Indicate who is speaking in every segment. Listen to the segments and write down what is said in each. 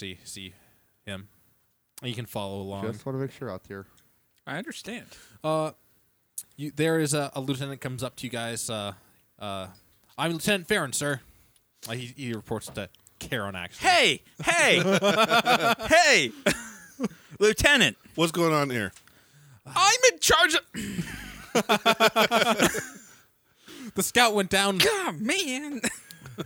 Speaker 1: see see him. And you can follow along.
Speaker 2: Just want to make sure out there.
Speaker 3: I understand.
Speaker 1: Uh, you, there is a, a lieutenant comes up to you guys. Uh, uh, I'm Lieutenant Farron, sir. Uh, he, he reports to Karen. Actually,
Speaker 3: Hey, hey, hey, Lieutenant,
Speaker 4: What's going on here?
Speaker 3: I'm in charge of.
Speaker 1: the scout went down.
Speaker 3: God, oh, man.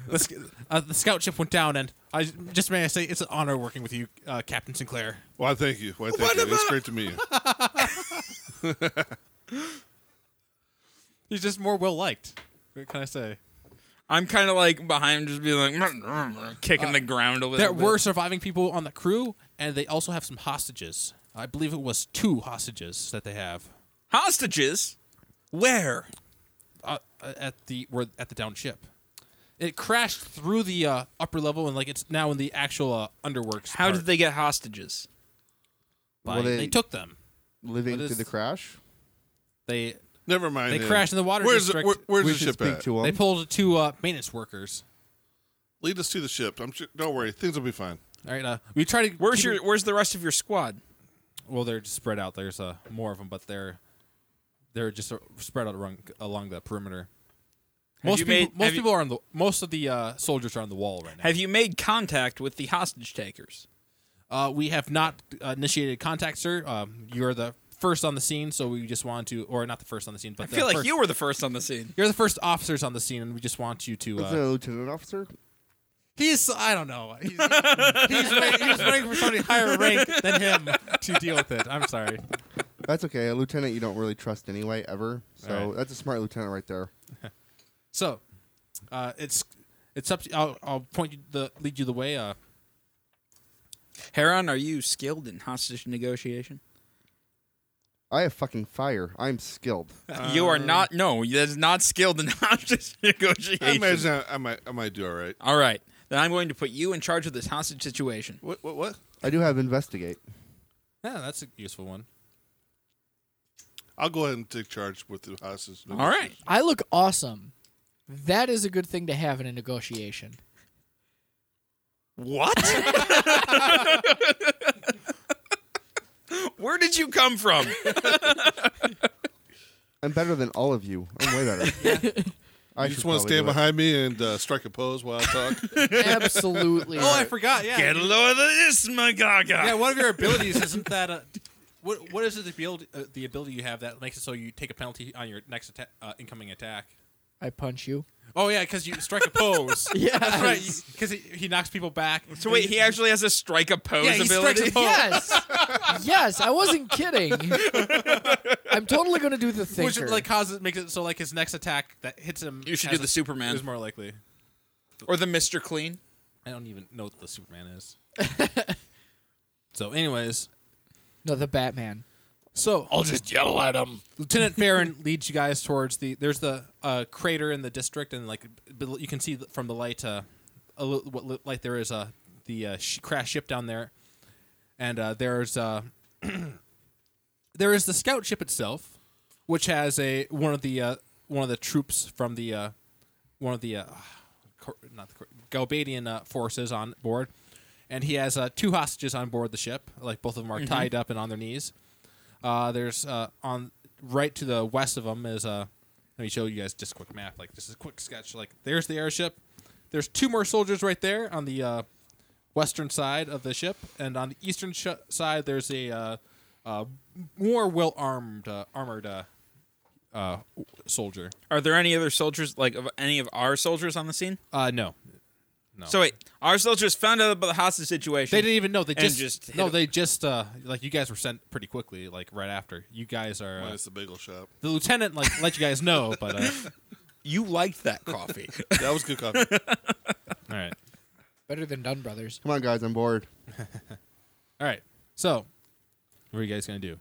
Speaker 1: the, sc- uh, the scout ship went down, and I just may I say it's an honor working with you, uh, Captain Sinclair.
Speaker 4: Why, thank you. Why, thank
Speaker 3: What
Speaker 4: you. It's
Speaker 3: about-
Speaker 4: great to meet you.
Speaker 1: He's just more well liked. What can I say?
Speaker 3: I'm kind of like behind, just being like "Mm, mm, mm," kicking the ground a little.
Speaker 1: There
Speaker 3: bit.
Speaker 1: were surviving people on the crew, and they also have some hostages. I believe it was two hostages that they have
Speaker 3: hostages. Where?
Speaker 1: uh, at the were at the down ship. It crashed through the uh, upper level, and like it's now in the actual uh, underworks.
Speaker 3: How
Speaker 1: part.
Speaker 3: did they get hostages?
Speaker 1: By,
Speaker 2: Well,
Speaker 1: they,
Speaker 2: they-
Speaker 1: took them.
Speaker 2: Living
Speaker 1: What
Speaker 2: through
Speaker 1: is-
Speaker 2: the crash.
Speaker 1: They
Speaker 4: Never mind.
Speaker 1: They
Speaker 4: him.
Speaker 1: crashed in the water
Speaker 4: Where's
Speaker 1: district.
Speaker 4: The, where- where's
Speaker 2: we
Speaker 4: the
Speaker 2: should
Speaker 4: ship
Speaker 2: speak
Speaker 4: at?
Speaker 2: to him.
Speaker 1: they pulled two uh, maintenance workers.
Speaker 4: Lead us to the ship. I'm sure. Don't worry. Things will be fine.
Speaker 1: All right, uh, we try to.
Speaker 3: Where's
Speaker 1: keep
Speaker 3: your?
Speaker 1: it-
Speaker 3: Where's the rest of your squad?
Speaker 1: well, they're just spread out. There's uh, more of them, but they're they're just uh, spread out along, along the perimeter. Most
Speaker 3: you
Speaker 1: people,
Speaker 3: made-
Speaker 1: most
Speaker 3: have you-
Speaker 1: people are on the most of the uh, soldiers are on the wall right now.
Speaker 3: Have you made contact with the hostage takers?
Speaker 1: Uh, we have not uh, initiated contact, sir. Um, you're the first on the scene, so we just want to, or not the first on the scene, but
Speaker 3: I feel like
Speaker 1: first,
Speaker 3: you were the first on the scene.
Speaker 1: You're the first officers on the scene, and we just want you to.
Speaker 2: Is it
Speaker 1: Uh,
Speaker 2: a lieutenant officer?
Speaker 1: he's, I don't know. He's, he's, wait- he was waiting for somebody higher rank than him to deal with it. I'm sorry.
Speaker 2: That's okay. A lieutenant you don't really trust anyway, ever. So
Speaker 1: Alright.
Speaker 2: that's a smart lieutenant right there.
Speaker 1: So, uh, it's it's up. To, I'll I'll point you the lead you the way. Uh,
Speaker 3: Heron, are you skilled in hostage negotiation?
Speaker 2: I have fucking fire. I'm skilled.
Speaker 3: you are not. No, that is not skilled in hostage
Speaker 4: I
Speaker 3: negotiation.
Speaker 4: imagine I, I might. I might do all right.
Speaker 3: All right, then I'm going to put you in charge of this hostage situation.
Speaker 4: What? What? What?
Speaker 2: I do have investigate.
Speaker 1: yeah, that's a useful one.
Speaker 4: I'll go ahead and take charge with the hostage.
Speaker 3: All right.
Speaker 5: I look awesome. That is a good thing to have in a negotiation.
Speaker 3: What? Where did you come from?
Speaker 2: I'm better than all of you. I'm way better. I
Speaker 4: You just want to stand
Speaker 2: behind.
Speaker 4: behind me and uh, strike a pose while I talk.
Speaker 5: Absolutely.
Speaker 1: Oh, I forgot. Yeah,
Speaker 3: Get lower than this, Magaga.
Speaker 1: yeah. One of your abilities isn't that. Uh, what what is it the ability uh, the ability you have that makes it so you take a penalty on your next atta- uh, incoming attack?
Speaker 5: I punch you.
Speaker 1: Oh yeah, because you strike a pose.
Speaker 5: Yes.
Speaker 1: that's right. Because he, he knocks people back.
Speaker 3: So wait, he actually has a strike a pose
Speaker 1: Yeah, he strikes
Speaker 3: ability. Oh.
Speaker 1: a pose.
Speaker 5: Yes. yes, I wasn't kidding. I'm totally going to do the
Speaker 1: Which
Speaker 5: thinker.
Speaker 1: like causes makes it so like his next attack that hits him.
Speaker 3: You should
Speaker 1: has
Speaker 3: do the Superman.
Speaker 1: Is more likely.
Speaker 3: or the Mister Clean.
Speaker 1: I don't even know what the Superman is. so, anyways,
Speaker 5: no, the Batman.
Speaker 1: So I'll just yell at him. Lieutenant Farron leads you guys towards the. There's the uh, crater in the district, and like bel- you can see th- from the light, uh, a li- what li- light there is uh, the uh, sh- crash ship down there, and uh, there's uh, there is the scout ship itself, which has a one of the uh, one of the troops from the uh, one of the uh, Cor- not the Cor- Galbadian uh, forces on board, and he has uh, two hostages on board the ship. Like both of them are tied up and on their knees. Uh, there's uh, on right to the west of them is uh, let me show you guys just a quick map. Like this is a quick sketch. Like there's the airship. There's two more soldiers right there on the uh, western side of the ship, and on the eastern sh- side there's a uh, uh, more well armed uh, armored uh, uh, soldier.
Speaker 3: Are there any other soldiers, like of any of our soldiers on the scene?
Speaker 1: Uh, no,
Speaker 3: So wait, our soldiers found out about the hostage situation.
Speaker 1: They didn't even know. They
Speaker 3: And
Speaker 1: just,
Speaker 3: just hit
Speaker 1: no.
Speaker 3: him.
Speaker 1: They just uh, like you guys were sent pretty quickly, like right after. You guys are uh,
Speaker 4: Minus the bagel shop.
Speaker 1: the lieutenant. Like let you guys know, but uh,
Speaker 3: You liked that coffee.
Speaker 4: That was good coffee.
Speaker 1: all right,
Speaker 5: Better than Dunn Brothers.
Speaker 2: Come on, guys. I'm bored.
Speaker 1: all right. So, what are you guys gonna do?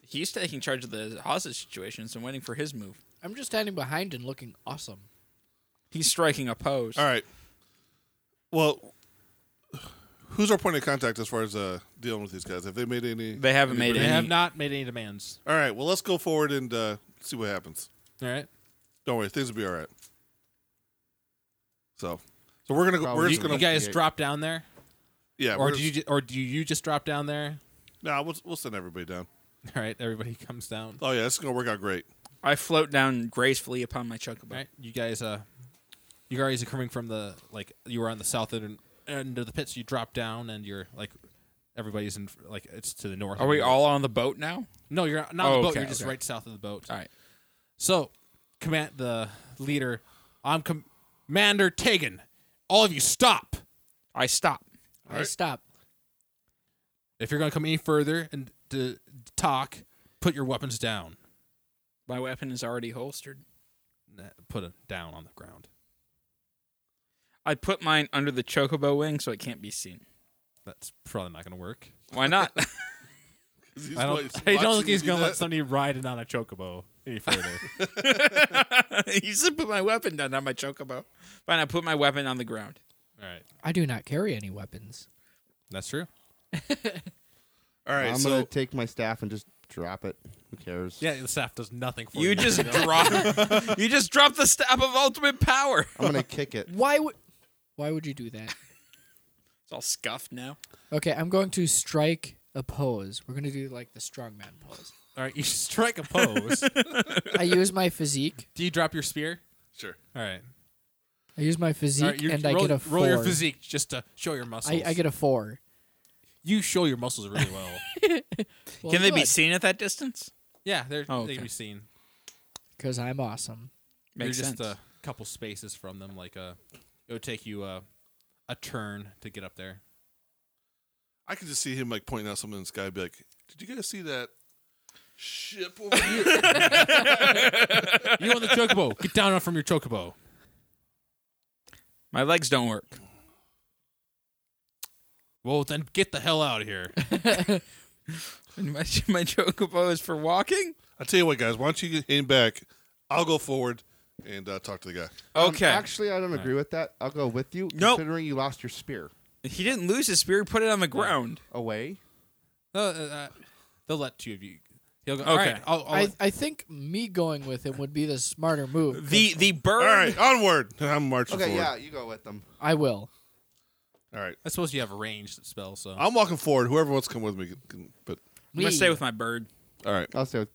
Speaker 3: He's taking charge of the hostage situation, so I'm waiting for his move.
Speaker 5: I'm just standing behind and looking awesome.
Speaker 3: He's striking a pose.
Speaker 4: All right. Well, Who's our point of contact as far as uh, dealing with these guys? Have they made any?
Speaker 3: They haven't made
Speaker 1: They
Speaker 3: any.
Speaker 1: have not made any demands.
Speaker 4: All right. Well, let's go forward and uh, see what happens.
Speaker 1: All right.
Speaker 4: Don't worry, things will be all right. So, so we're gonna go. We're
Speaker 2: Probably.
Speaker 1: You,
Speaker 4: just gonna.
Speaker 1: you guys
Speaker 2: yeah.
Speaker 1: drop down there,
Speaker 4: yeah.
Speaker 1: or
Speaker 4: we're
Speaker 1: do you
Speaker 4: just-
Speaker 1: ju- or do you just drop down there?
Speaker 4: Nah, we'll we'll send everybody down.
Speaker 1: All right. Everybody comes down.
Speaker 4: Oh yeah, it's gonna work out great.
Speaker 3: I float down gracefully upon my chocobo.
Speaker 1: All right. You guys. Uh, you guys are coming from the like you were on the south end, end of the pit, so you drop down and you're like everybody's in like it's to the north.
Speaker 3: Are we all on the boat now?
Speaker 1: No, you're not, not on
Speaker 3: Oh,
Speaker 1: the boat.
Speaker 3: okay,
Speaker 1: you're just
Speaker 3: okay.
Speaker 1: right south of the boat.
Speaker 3: All right.
Speaker 1: So, command the leader. I'm com- Commander Tegan. All of you, stop.
Speaker 3: I stop.
Speaker 5: I stop.
Speaker 1: If you're going to come any further and to talk, put your weapons down.
Speaker 3: My weapon is already holstered.
Speaker 1: Nah, Put it down on the ground.
Speaker 3: I put mine under the chocobo wing so it can't be seen.
Speaker 1: That's probably not going to work.
Speaker 3: Why not?
Speaker 4: 'Cause he's
Speaker 1: I
Speaker 4: wa-
Speaker 1: don't.
Speaker 4: he's
Speaker 1: I don't
Speaker 4: watching
Speaker 1: think he's
Speaker 4: you do
Speaker 1: going to let
Speaker 4: that.
Speaker 1: somebody ride it on a chocobo any further.
Speaker 3: you said put my weapon down, not my chocobo. Fine, I put my weapon on the ground.
Speaker 1: all right,
Speaker 5: I do not carry any weapons.
Speaker 1: that's true.
Speaker 4: All right,
Speaker 2: I'm
Speaker 4: so
Speaker 2: gonna take my staff and just drop it. Who cares?
Speaker 1: Yeah, the staff does nothing for you.
Speaker 3: You just drop. you just drop the staff of ultimate power.
Speaker 2: I'm gonna kick it.
Speaker 5: Why would why would you do that?
Speaker 3: It's all scuffed now.
Speaker 5: Okay, I'm going to strike a pose. We're going to do like the strongman pose.
Speaker 1: all right. You strike a pose.
Speaker 5: I use my physique.
Speaker 1: Do you drop your spear?
Speaker 4: sure.
Speaker 1: All right.
Speaker 5: I use my physique
Speaker 1: All right, you
Speaker 5: and
Speaker 1: roll,
Speaker 5: I get a four.
Speaker 1: roll your physique just to show your muscles.
Speaker 5: I, I get a four.
Speaker 1: you show your muscles really well.
Speaker 5: Well,
Speaker 3: Can they be
Speaker 5: good,
Speaker 3: seen at that distance?
Speaker 1: yeah, they're
Speaker 3: Oh,
Speaker 1: they
Speaker 3: okay.
Speaker 1: can be seen.
Speaker 5: Because I'm awesome.
Speaker 3: Makes
Speaker 1: You're
Speaker 3: sense.
Speaker 1: just uh, a couple spaces from them. Like uh it would take you uh, a turn to get up there.
Speaker 4: I can just see him like pointing out something in the sky, and be like, "Did you guys see that ship over here?"
Speaker 1: You on the chocobo? Get down from your chocobo.
Speaker 3: my legs don't work.
Speaker 1: Well, then get the hell out of here.
Speaker 3: And my, my chocobo is for walking.
Speaker 4: I tell you what, guys, why don't you get him back? I'll go forward and uh, talk to the guy.
Speaker 2: Um,
Speaker 3: Okay.
Speaker 2: actually, I don't agree with that. I'll go with you,
Speaker 3: Nope.
Speaker 2: considering you lost your spear
Speaker 3: he didn't lose his spear. he Put it on the ground.
Speaker 2: away.
Speaker 1: No, uh, uh, they'll let two of you. He'll go. All
Speaker 3: Okay.
Speaker 1: right, I'll, I'll-
Speaker 5: I, I think me going with him would be the smarter move. 'cause
Speaker 3: The the bird.
Speaker 4: All right, onward. I'm marching
Speaker 2: Okay, yeah,
Speaker 4: forward.
Speaker 2: you go with them.
Speaker 5: I will.
Speaker 4: Yeah. All right,
Speaker 1: I suppose you have a ranged spell, so
Speaker 4: I'm walking forward. Whoever wants to come with me, can, can, but
Speaker 3: I'm gonna
Speaker 5: Me.
Speaker 3: stay with my bird.
Speaker 4: all right.
Speaker 2: I'll say, with-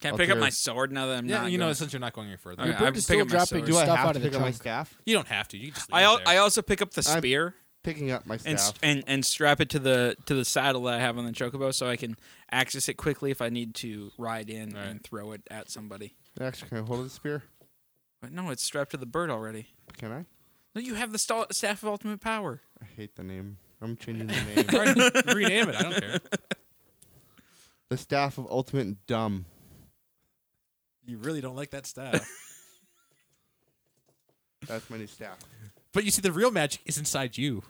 Speaker 3: Can I
Speaker 2: I'll
Speaker 3: pick up
Speaker 2: carry-
Speaker 3: my sword now that I'm
Speaker 1: yeah,
Speaker 3: not?
Speaker 1: you know,
Speaker 3: going-
Speaker 1: since you're not going any further,
Speaker 3: All right,
Speaker 5: Your
Speaker 3: I
Speaker 5: book is
Speaker 3: pick
Speaker 5: still
Speaker 3: up my
Speaker 5: dropping
Speaker 3: sword.
Speaker 2: do I
Speaker 5: Stuff
Speaker 2: have
Speaker 5: out
Speaker 2: to
Speaker 5: of the
Speaker 2: pick up my
Speaker 5: trunk.
Speaker 2: staff?
Speaker 1: you don't have to. You can just. Leave
Speaker 3: I,
Speaker 1: it
Speaker 3: al-
Speaker 1: there.
Speaker 3: I also pick up the
Speaker 2: I'm-
Speaker 3: spear
Speaker 2: Picking up my
Speaker 3: and, s-
Speaker 2: staff.
Speaker 3: and and strap it to the to the saddle that I have on the chocobo so I can access it quickly if I need to ride in and throw it at somebody.
Speaker 2: Actually, can I hold the spear?
Speaker 3: But no, it's strapped to the bird already.
Speaker 2: Can I?
Speaker 3: No, you have the sta- staff of ultimate power.
Speaker 2: I hate the name. I'm changing the name.
Speaker 1: All right, rename it. I don't care.
Speaker 2: the staff of ultimate and dumb.
Speaker 1: You really don't like that staff.
Speaker 2: That's my new staff.
Speaker 1: but you see, the real magic is inside you.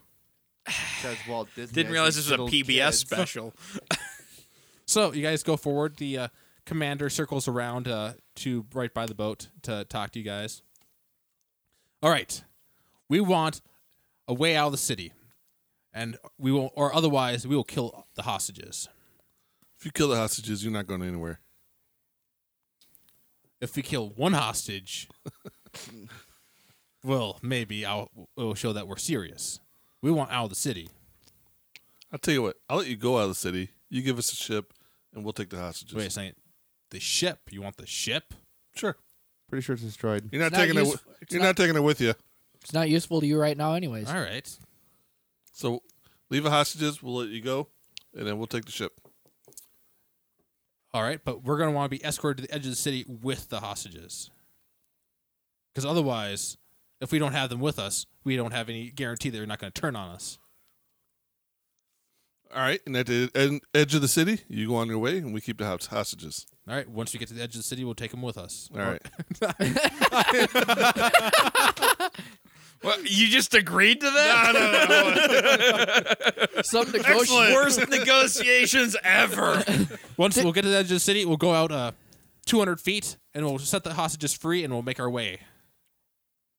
Speaker 2: Says Walt Disney.
Speaker 3: Didn't
Speaker 2: as
Speaker 3: realize
Speaker 2: these
Speaker 3: this was a
Speaker 2: little
Speaker 3: PBS
Speaker 2: kids.
Speaker 3: special.
Speaker 1: So you guys go forward. The uh, commander circles around uh, to right by the boat to talk to you guys. All right, we want a way out of the city, and we will, or otherwise we will kill the hostages.
Speaker 4: If you kill the hostages, you're not going anywhere.
Speaker 1: If we kill one hostage, well, maybe I'll it'll show that we're serious. We want out of the city.
Speaker 4: I'll tell you what. I'll let you go out of the city. You give us a ship, and we'll take the hostages.
Speaker 1: Wait a second, the ship. You want the ship?
Speaker 4: Sure.
Speaker 2: Pretty sure it's destroyed.
Speaker 4: You're not
Speaker 5: It's not
Speaker 4: taking it.
Speaker 5: useful-
Speaker 4: wi-
Speaker 5: it's
Speaker 4: You're
Speaker 5: not-
Speaker 4: not, taking it with you.
Speaker 5: It's not useful to you right now, anyways.
Speaker 1: All right.
Speaker 4: So leave the hostages. We'll let you go, and then we'll take the ship.
Speaker 1: All right, but we're going to want to be escorted to the edge of the city with the hostages. Because otherwise, if we don't have them with us, we don't have any guarantee they're not going to turn on us.
Speaker 4: All right. And at the ed- edge of the city, you go on your way, and we keep the hos- hostages.
Speaker 1: All right, once we get to the edge of the city, we'll take them with us.
Speaker 4: All right.
Speaker 3: What, you just agreed to that?
Speaker 5: Some negotiation.
Speaker 3: Worst negotiations ever.
Speaker 1: Once we'll get to the edge of the city, we'll go out uh, 200 feet and we'll set the hostages free and we'll make our way.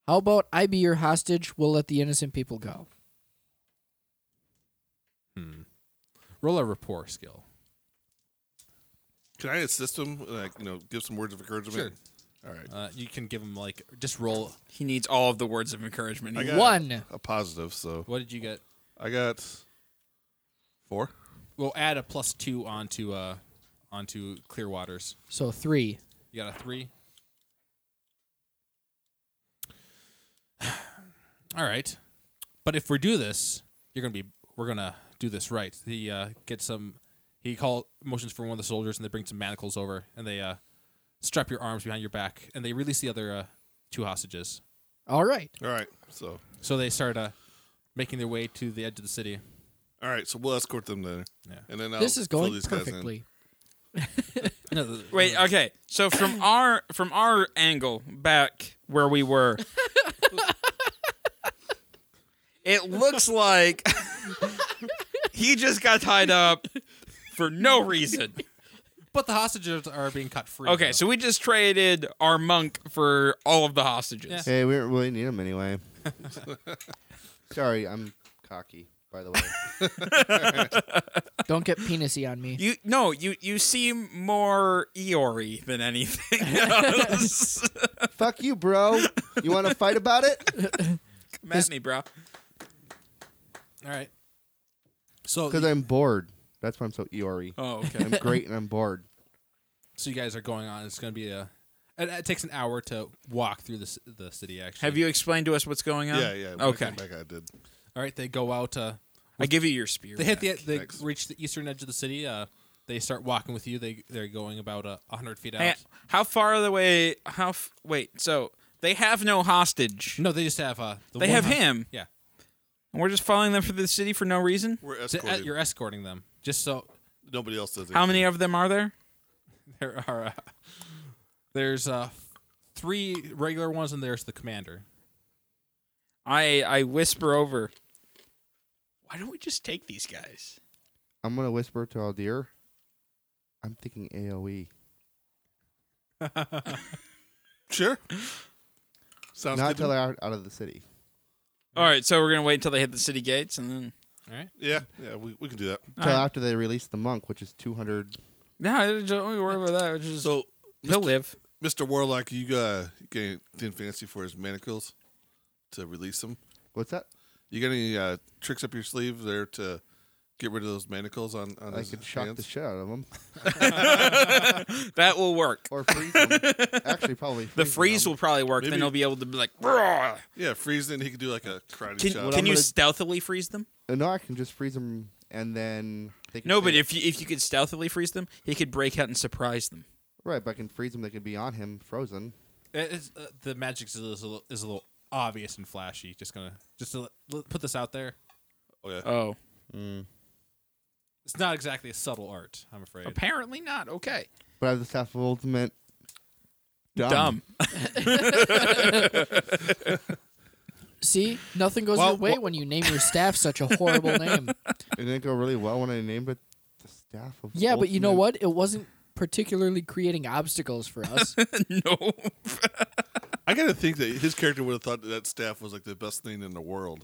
Speaker 5: How about I be your hostage? We'll let the innocent people go.
Speaker 1: Roll a rapport skill.
Speaker 4: Can I assist him? Like, you know, give some words of encouragement. All right.
Speaker 1: Uh, you can give him like just roll.
Speaker 3: He needs all of the words of encouragement.
Speaker 4: I
Speaker 3: He-
Speaker 4: got
Speaker 5: One.
Speaker 4: a positive, so
Speaker 1: What did you get?
Speaker 4: I got four.
Speaker 1: We'll add a plus two onto uh onto Clearwater's.
Speaker 5: So three.
Speaker 1: You got a three. All right, but if we do this, you're gonna be we're gonna do this right. He uh, gets some. He call motions for one of the soldiers, and they bring some manacles over, and they uh, strap your arms behind your back, and they release the other uh, two hostages.
Speaker 5: All right.
Speaker 4: All right. So,
Speaker 1: So they start uh, making their way to the edge of the city.
Speaker 4: all right. So we'll escort them there.
Speaker 1: Yeah.
Speaker 4: And
Speaker 3: Oh,
Speaker 4: then I'll
Speaker 5: this is
Speaker 4: fill
Speaker 5: going
Speaker 4: these guys in.
Speaker 5: perfectly.
Speaker 1: No, the-
Speaker 3: Wait, okay. So from our from our angle back where we were, it looks like he just got tied up for no reason.
Speaker 1: but the hostages are being cut free.
Speaker 3: Okay,
Speaker 1: though.
Speaker 3: so we just traded our monk for all of the hostages.
Speaker 2: Hey, we don't really need him anyway. Sorry, I'm cocky, by the way.
Speaker 5: Don't get penisy on me.
Speaker 3: You no, you you seem more Eeyore than anything else.
Speaker 2: Fuck you, bro. You want to fight about it?
Speaker 3: Come at me, bro.
Speaker 1: all right. So
Speaker 2: Because I'm bored. That's why I'm so eerie.
Speaker 3: Oh, okay.
Speaker 2: I'm great and I'm bored.
Speaker 1: so you guys are going on. It's going to be a. It, it takes an hour to walk through the ci- the city. Actually,
Speaker 3: Have you explained to us what's going on?
Speaker 4: Yeah, yeah. when I
Speaker 3: Okay.
Speaker 4: came back, I did.
Speaker 1: All right, they go out. Uh,
Speaker 3: I give you your spear.
Speaker 1: they hit the.
Speaker 3: back.
Speaker 1: They
Speaker 4: Thanks.
Speaker 1: reach the eastern edge of the city. Uh, they start walking with you. They they're going about uh, hundred feet out.
Speaker 3: Hey, how far are the way? How? F- wait. So they have no hostage.
Speaker 1: no, they just have. Uh, the
Speaker 3: They
Speaker 1: one
Speaker 3: have
Speaker 1: hos-
Speaker 3: him.
Speaker 1: Yeah,
Speaker 3: And we're just following them for the city for no reason.
Speaker 4: We're
Speaker 1: So, uh,
Speaker 4: escorting.
Speaker 1: you're escorting them. Just so
Speaker 4: Nobody else does.
Speaker 3: How
Speaker 4: anything.
Speaker 3: many of them are there?
Speaker 1: there are. Uh, there's uh, three regular ones, and there's the commander.
Speaker 3: I I whisper over. Why don't we just take these guys?
Speaker 2: I'm going to whisper to Aldir. I'm thinking E. AoE.
Speaker 4: Sure. Sounds
Speaker 2: Not
Speaker 4: good. to
Speaker 2: until
Speaker 4: me.
Speaker 2: they're out, out of the city.
Speaker 3: All right, so we're gonna wait until they hit the city gates, and then
Speaker 1: All right.
Speaker 4: Yeah, yeah. We, we can do that.
Speaker 2: Until
Speaker 3: Alright.
Speaker 2: after they release the monk, which is 200.
Speaker 3: no, don't worry about that. Just,
Speaker 4: So,
Speaker 3: he'll live.
Speaker 4: Mr. Warlock, you uh, get anything fancy for his manacles to release them?
Speaker 2: What's that?
Speaker 4: You got any uh, tricks up your sleeve there to get rid of those manacles on, on
Speaker 2: I
Speaker 4: his
Speaker 2: could shock
Speaker 4: hands?
Speaker 2: the shit out of them.
Speaker 3: That will work.
Speaker 2: Or freeze them. Actually, probably.
Speaker 3: The
Speaker 2: 'em.
Speaker 3: freeze will probably work. Then
Speaker 4: Maybe-
Speaker 3: he'll be able to be like, "Roar!"
Speaker 4: Yeah, freeze it. and He could do like a karate
Speaker 3: can,
Speaker 4: chop.
Speaker 3: can
Speaker 2: I'm
Speaker 3: you
Speaker 2: gonna-
Speaker 3: stealthily freeze them?
Speaker 2: Uh, No, I can just freeze them and then. They can
Speaker 3: No, but
Speaker 2: stay-
Speaker 3: if you, if you could stealthily freeze them, he could break out and surprise them.
Speaker 2: Right, but I can freeze them. They could be on him, frozen.
Speaker 1: It- it's, uh, the magic is a, little, is a little obvious and flashy. Just gonna just to let- let- put this out there.
Speaker 4: oh, yeah.
Speaker 3: Oh,
Speaker 1: It's not exactly a subtle art, I'm afraid.
Speaker 3: apparently not. Okay,
Speaker 2: But I have the staff of ultimate. Dumb.
Speaker 3: dumb.
Speaker 5: See, nothing goes
Speaker 4: Well,
Speaker 5: your way when you name your staff such a horrible name.
Speaker 2: It didn't go really well when I named it the staff of.
Speaker 5: Yeah, but you know
Speaker 2: Ultimate.
Speaker 5: what? It wasn't particularly creating obstacles for us.
Speaker 3: no.
Speaker 4: I gotta think that his character would have thought that, that staff was like the best thing in the world.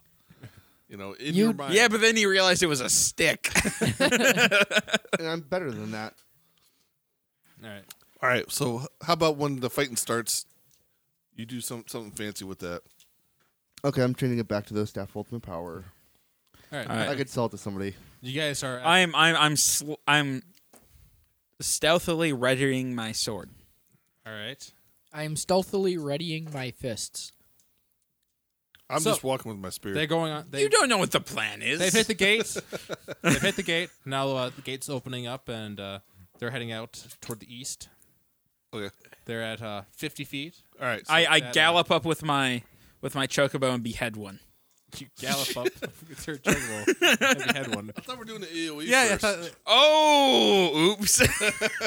Speaker 4: You know, in
Speaker 5: You-
Speaker 4: your mind.
Speaker 3: Yeah, but then he realized it was a stick.
Speaker 2: And I'm better than that.
Speaker 1: All right.
Speaker 4: All right. So, how about when the fighting starts? You do some something fancy with that.
Speaker 2: Okay, I'm changing it back to those staff of ultimate power.
Speaker 1: All right.
Speaker 3: All right.
Speaker 2: I could sell it to somebody.
Speaker 1: You guys are.
Speaker 3: I'm I'm I'm sl- I'm stealthily readying my sword.
Speaker 1: all right.
Speaker 5: I am stealthily readying my fists.
Speaker 4: I'm
Speaker 1: So-
Speaker 4: just walking with my spear.
Speaker 1: They're going on. They,
Speaker 3: You don't know what the plan is.
Speaker 1: They've hit the gates. they've hit the gate. Now uh, the gate's opening up, and uh, they're heading out toward the east.
Speaker 4: okay.
Speaker 1: They're at uh, 50 feet.
Speaker 4: All right. so-
Speaker 3: I, I
Speaker 1: that, uh,
Speaker 3: gallop up with my with my chocobo and behead one.
Speaker 1: You gallop up. it's your turn roll. Have you had one?
Speaker 4: I thought we were doing the AOE
Speaker 1: Yeah,
Speaker 4: first.
Speaker 1: yeah.
Speaker 3: Oh, oops!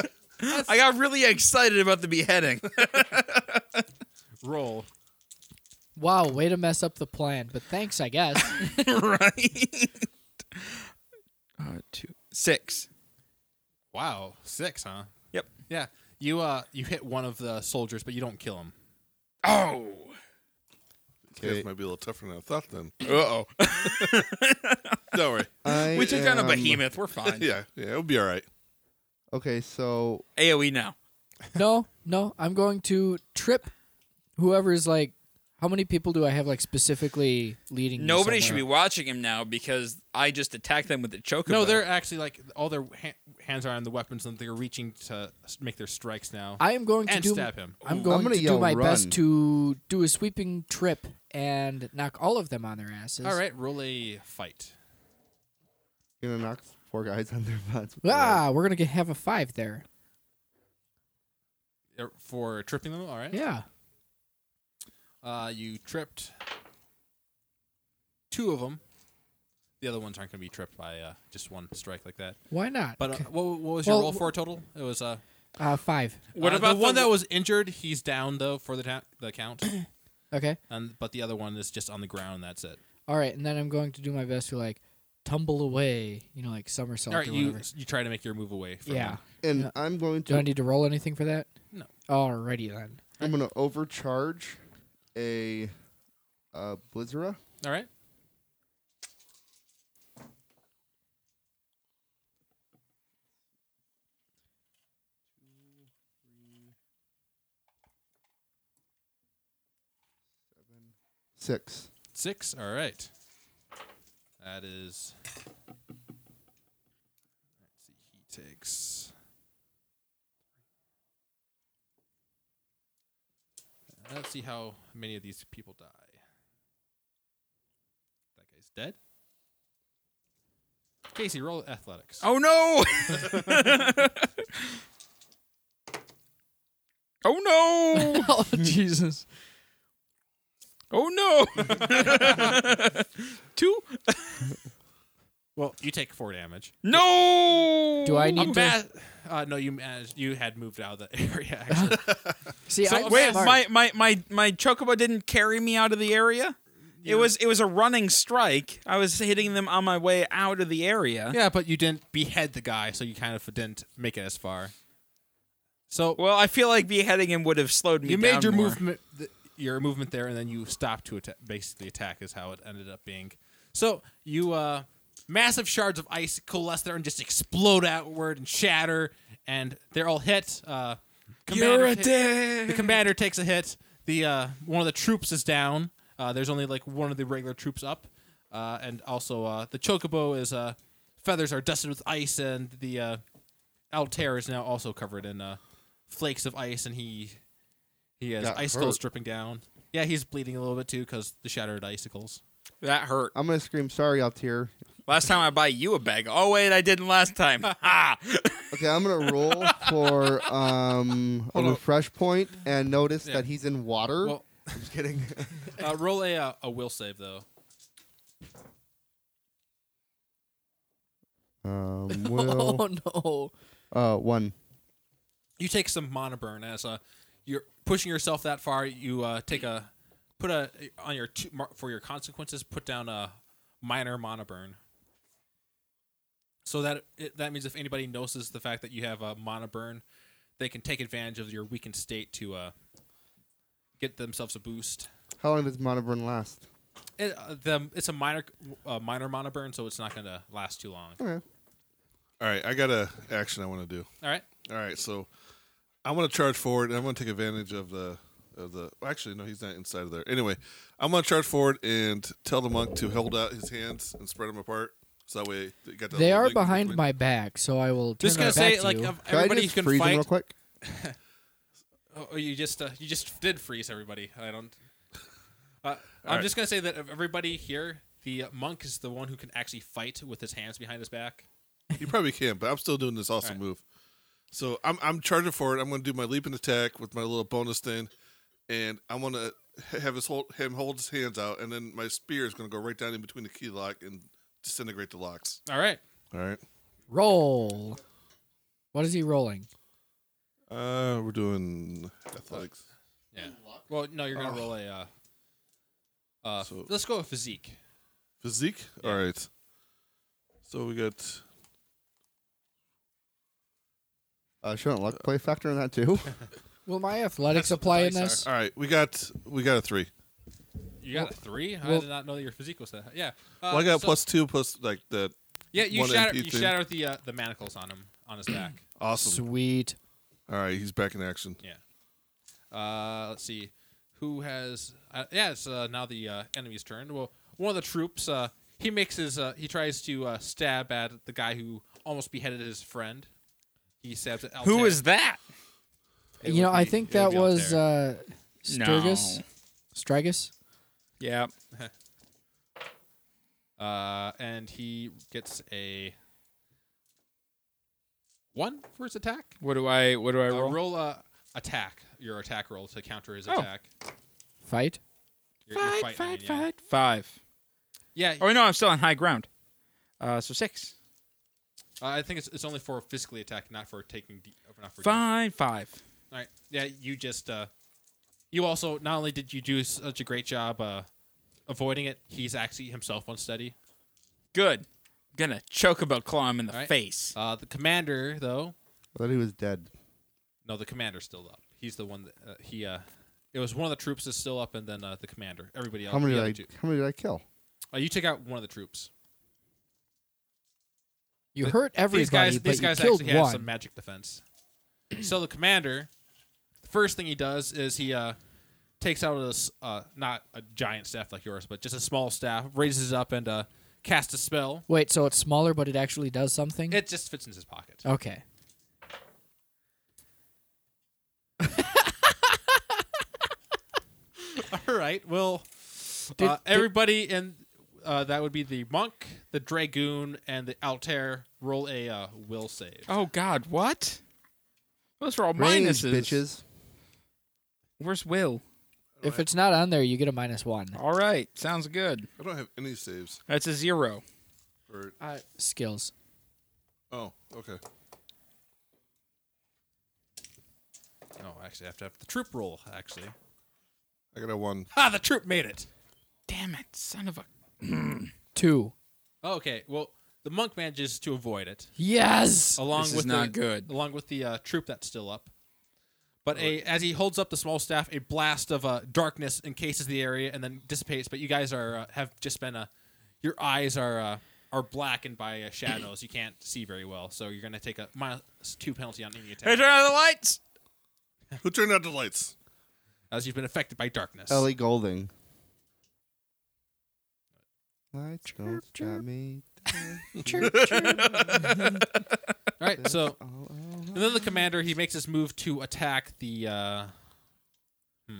Speaker 3: I got really excited about the beheading.
Speaker 1: Roll.
Speaker 5: Wow, way to mess up the plan, but thanks, I guess.
Speaker 3: right. Uh, two, six.
Speaker 1: Wow. Six, huh?
Speaker 3: Yep.
Speaker 1: Yeah. You uh you hit one of the soldiers, but you don't kill him.
Speaker 3: Oh.
Speaker 4: This might be a little tougher than I thought. Then
Speaker 3: Uh oh.
Speaker 4: Don't worry.
Speaker 2: I
Speaker 3: We took down a
Speaker 2: am-
Speaker 3: behemoth. We're fine.
Speaker 4: yeah, yeah, it'll be all right.
Speaker 2: Okay, so
Speaker 3: AOE E now.
Speaker 5: No, no. I'm going to trip whoever's like. How many people do I have like specifically leading? me
Speaker 3: Nobody should be
Speaker 5: somewhere?
Speaker 3: watching him now because I just attacked them with the chocobo.
Speaker 1: No, they're actually like all their ha- hands are on the weapons, and they're reaching to s- make their strikes now
Speaker 5: I am going to
Speaker 1: and
Speaker 5: do.
Speaker 1: stab him.
Speaker 5: I'm
Speaker 1: Ooh.
Speaker 5: going
Speaker 2: gonna
Speaker 5: to do
Speaker 2: yell
Speaker 5: my
Speaker 2: run.
Speaker 5: best to do a sweeping trip and knock all of them on their asses.
Speaker 1: All right, roll a fight.
Speaker 2: you're gonna knock four guys on their butts. with
Speaker 5: Ah, we're gonna get, have a five there.
Speaker 1: Er, For tripping them, all right.
Speaker 5: Yeah.
Speaker 1: Uh, you tripped two of them. The other ones aren't going to be tripped by uh, just one strike like that.
Speaker 5: Why not?
Speaker 1: But uh,
Speaker 5: Okay.
Speaker 1: what, what was your
Speaker 5: Well,
Speaker 1: roll for total? It was uh,
Speaker 5: uh, five.
Speaker 3: What
Speaker 1: uh,
Speaker 3: about
Speaker 1: the one
Speaker 3: the-
Speaker 1: that was injured? He's down though for the ta- the count,
Speaker 5: Okay.
Speaker 1: and but the other one is just on the ground. That's it.
Speaker 5: All right, and then I'm going to do my best to like tumble away, you know, like somersault
Speaker 1: All right,
Speaker 5: or
Speaker 1: you
Speaker 5: whatever.
Speaker 1: you try to make your move away. From
Speaker 5: yeah.
Speaker 1: him.
Speaker 2: a- And
Speaker 5: Yeah.
Speaker 2: I'm going
Speaker 5: Do I
Speaker 2: to
Speaker 5: need to roll anything for that?
Speaker 1: No.
Speaker 5: Alrighty then.
Speaker 2: I'm gonna overcharge a uh Blizzera.
Speaker 1: All right.
Speaker 2: Six.
Speaker 1: Six. All right. That is. Let's see. He takes. Let's see how many of these people die. That guy's dead. Casey, roll athletics.
Speaker 3: Oh no! oh no!
Speaker 5: oh Jesus.
Speaker 3: Oh no! Two?
Speaker 1: Well, you take four damage.
Speaker 3: No!
Speaker 5: Do I need to
Speaker 1: Uh, no, you managed, you had moved out of the area. Actually.
Speaker 5: see?
Speaker 1: So,
Speaker 5: I'm
Speaker 1: wait,
Speaker 5: smart.
Speaker 3: my, my my my chocobo didn't carry me out of the area. It was it was a running strike. I was hitting them on my way out of the area.
Speaker 1: yeah, but you didn't behead the guy, so you kind of didn't make it as far. So
Speaker 3: Well, I feel like beheading him would have slowed me.
Speaker 1: you
Speaker 3: down
Speaker 1: made your
Speaker 3: more.
Speaker 1: movement th- your movement there and then you stopped to atta- basically attack is how it ended up being so you uh massive shards of ice coalesce there and just explode outward and shatter and they're all hit uh commander
Speaker 3: You're a
Speaker 1: ta-
Speaker 3: dick.
Speaker 1: the commander takes a hit the uh one of the troops is down uh there's only like one of the regular troops up uh and also uh the chocobo is uh feathers are dusted with ice and the uh altair is now also covered in uh flakes of ice and he he has
Speaker 2: Got
Speaker 1: icicles
Speaker 2: hurt.
Speaker 1: dripping down. Yeah, he's bleeding a little bit too because the shattered icicles.
Speaker 3: That hurt.
Speaker 2: I'm gonna scream sorry Altir.
Speaker 3: Last time I buy you a bag. Oh wait, I didn't last time. Ha!
Speaker 2: Okay, I'm gonna roll for um a refresh point and notice that he's in water.
Speaker 1: Well-
Speaker 2: I'm just kidding.
Speaker 1: Uh, roll a uh, a will save though.
Speaker 2: um will
Speaker 5: Oh
Speaker 2: uh one.
Speaker 1: You take some mana burn as uh, you're pushing yourself that far. You uh, take a put a on your two, mar- for your consequences. Put down a minor mana burn. So that it, that means if anybody notices the fact that you have a mana burn, they can take advantage of your weakened state to uh, get themselves a boost.
Speaker 2: How long does Monoburn last?
Speaker 1: It, uh, the, it's a minor uh, minor mana burn, so it's not going to last too long.
Speaker 2: Okay.
Speaker 4: All right, I got a action I want to do.
Speaker 1: All right.
Speaker 4: All right, so I'm going to charge forward, and I'm going to take advantage of the of the. well, Actually, no, he's not inside of there. Anyway, I'm going to charge forward and tell the monk to hold out his hands and spread them apart, so that way they got. the
Speaker 5: they
Speaker 4: little
Speaker 5: are
Speaker 4: link in
Speaker 5: behind
Speaker 4: between.
Speaker 5: my back, so I will turn
Speaker 1: Just
Speaker 5: my
Speaker 1: gonna
Speaker 5: back
Speaker 1: say,
Speaker 5: to
Speaker 1: like, um,
Speaker 5: you.
Speaker 1: of
Speaker 2: Can I
Speaker 1: everybody who
Speaker 2: just
Speaker 1: can
Speaker 2: freeze him
Speaker 1: fight.
Speaker 2: real quick?
Speaker 1: Oh, oh, you just uh, you just did freeze everybody. I don't. Uh, I'm
Speaker 4: right.
Speaker 1: just gonna say that of everybody here, the uh, monk is the one who can actually fight with his hands behind his back.
Speaker 4: You probably can, but I'm still doing this awesome
Speaker 1: All right.
Speaker 4: move. So I'm I'm charging forward. I'm going to do my leaping attack with my little bonus thing, and I'm going to have his hold him hold his hands out, and then my spear is going to go right down in between the key lock and disintegrate the locks.
Speaker 1: All right.
Speaker 4: All right.
Speaker 5: Roll. What is he rolling?
Speaker 4: Uh, we're doing athletics.
Speaker 1: Yeah. Well, no, you're gonna roll a. Uh, uh,
Speaker 4: So-
Speaker 1: let's go with physique.
Speaker 4: Physique? All right. So we got.
Speaker 2: Uh shouldn't luck play a factor in that too?
Speaker 5: Will my athletics
Speaker 1: That's what the
Speaker 5: apply in
Speaker 1: dice
Speaker 5: this?
Speaker 4: All right. We got. We got a three.
Speaker 1: You got a three? I
Speaker 5: well-
Speaker 1: did not know that your physique was that. high. Yeah. Uh,
Speaker 4: well, I got
Speaker 1: so-
Speaker 4: plus two, plus like the
Speaker 1: Yeah, you
Speaker 4: one
Speaker 1: shatter.
Speaker 4: MP
Speaker 1: You
Speaker 4: thing.
Speaker 1: shatter the uh, the manacles on him on his back.
Speaker 4: Awesome.
Speaker 5: Sweet.
Speaker 4: All right, he's back in action.
Speaker 1: yeah. Uh, let's see. Who has? Uh, yeah, it's uh, now the uh, enemy's turn. Well, one of the troops. Uh, he makes his. Uh, he tries to uh, stab at the guy who almost beheaded his friend. He stabs at.
Speaker 3: Who is that?
Speaker 1: It
Speaker 5: you know,
Speaker 1: would
Speaker 5: I
Speaker 1: be-
Speaker 5: think
Speaker 1: it would
Speaker 5: that
Speaker 1: be out
Speaker 5: was
Speaker 1: there.
Speaker 5: uh, Sturgis.
Speaker 3: No.
Speaker 5: Strigus.
Speaker 3: Yeah.
Speaker 1: Uh, and he gets a one for his attack.
Speaker 3: What do I? What do I
Speaker 1: Uh,
Speaker 3: roll?
Speaker 1: roll uh, attack. Your attack roll to counter his
Speaker 3: Oh.
Speaker 1: attack.
Speaker 5: Fight.
Speaker 1: Your, your fight, I mean, yeah.
Speaker 3: Five.
Speaker 1: Yeah,
Speaker 3: Oh no, I'm still on high ground. Uh, so six.
Speaker 1: Uh, I think it's, it's only for physically attacking, not for taking. De- uh, not for
Speaker 3: Fine. Five.
Speaker 1: All right. Yeah, you just. Uh, you also not only did you do such a great job uh, avoiding it, he's actually himself unsteady.
Speaker 3: Good. gonna chocobo claw him in the
Speaker 1: All right.
Speaker 3: face.
Speaker 1: Uh, the commander, though,
Speaker 2: I thought he was dead.
Speaker 1: no, the commander's still up. He's the one that uh, he. Uh, it was one of the troops that's still up, and then uh, the commander. Everybody else.
Speaker 2: How many
Speaker 1: the
Speaker 2: did
Speaker 1: other
Speaker 2: I?
Speaker 1: two-
Speaker 2: How many did I kill?
Speaker 1: Uh, you took out one of the troops.
Speaker 5: You
Speaker 1: Th-
Speaker 5: hurt everybody,
Speaker 1: these guys,
Speaker 5: but
Speaker 1: these guys
Speaker 5: you killed
Speaker 1: actually have
Speaker 5: one.
Speaker 1: some magic defense. so the commander, the first thing he does is he uh, takes out a s- uh, not a giant staff like yours, but just a small staff, raises it up and uh, casts a spell.
Speaker 5: Wait, so it's smaller, but it actually does something.
Speaker 1: It just fits in his pocket.
Speaker 5: okay.
Speaker 1: All right. Well,
Speaker 5: Did-
Speaker 1: uh,
Speaker 5: did-
Speaker 1: everybody in uh, that would be the monk, the dragoon, and the altair. Roll a uh, will save.
Speaker 3: Oh God, what? Those were all
Speaker 2: Range,
Speaker 3: minuses.
Speaker 2: bitches.
Speaker 3: Where's Will?
Speaker 5: If it's not on there, you get a minus one.
Speaker 3: All right, sounds good.
Speaker 4: I don't have any saves.
Speaker 3: That's a zero.
Speaker 4: For,
Speaker 5: Skills.
Speaker 4: oh, okay.
Speaker 1: No, oh, actually, I have to have the troop roll. Actually,
Speaker 4: I got a one.
Speaker 1: ah, the troop made it.
Speaker 3: Damn it, son of a.
Speaker 5: Two.
Speaker 1: Oh, Okay. Well, the monk manages to avoid it.
Speaker 5: Yes.
Speaker 1: along
Speaker 3: This is
Speaker 1: with
Speaker 3: not
Speaker 1: the,
Speaker 3: good. Oh.
Speaker 1: along with the uh, troop that's still up. But a, as he holds up the small staff, a blast of uh, darkness encases the area and then dissipates. But you guys are uh, have just been uh, your eyes are uh, are blackened by uh, shadows. You can't see very well, so you're gonna take a minus two penalty on any
Speaker 3: Hey,
Speaker 1: attack
Speaker 3: turn on the lights.
Speaker 4: Who turned out the lights?
Speaker 1: as you've been affected by darkness.
Speaker 2: Ellie Golding. Lights don't stop me.
Speaker 1: All right, so
Speaker 2: Oh, oh,
Speaker 1: and then the commander he makes his move to attack the uh, hmm,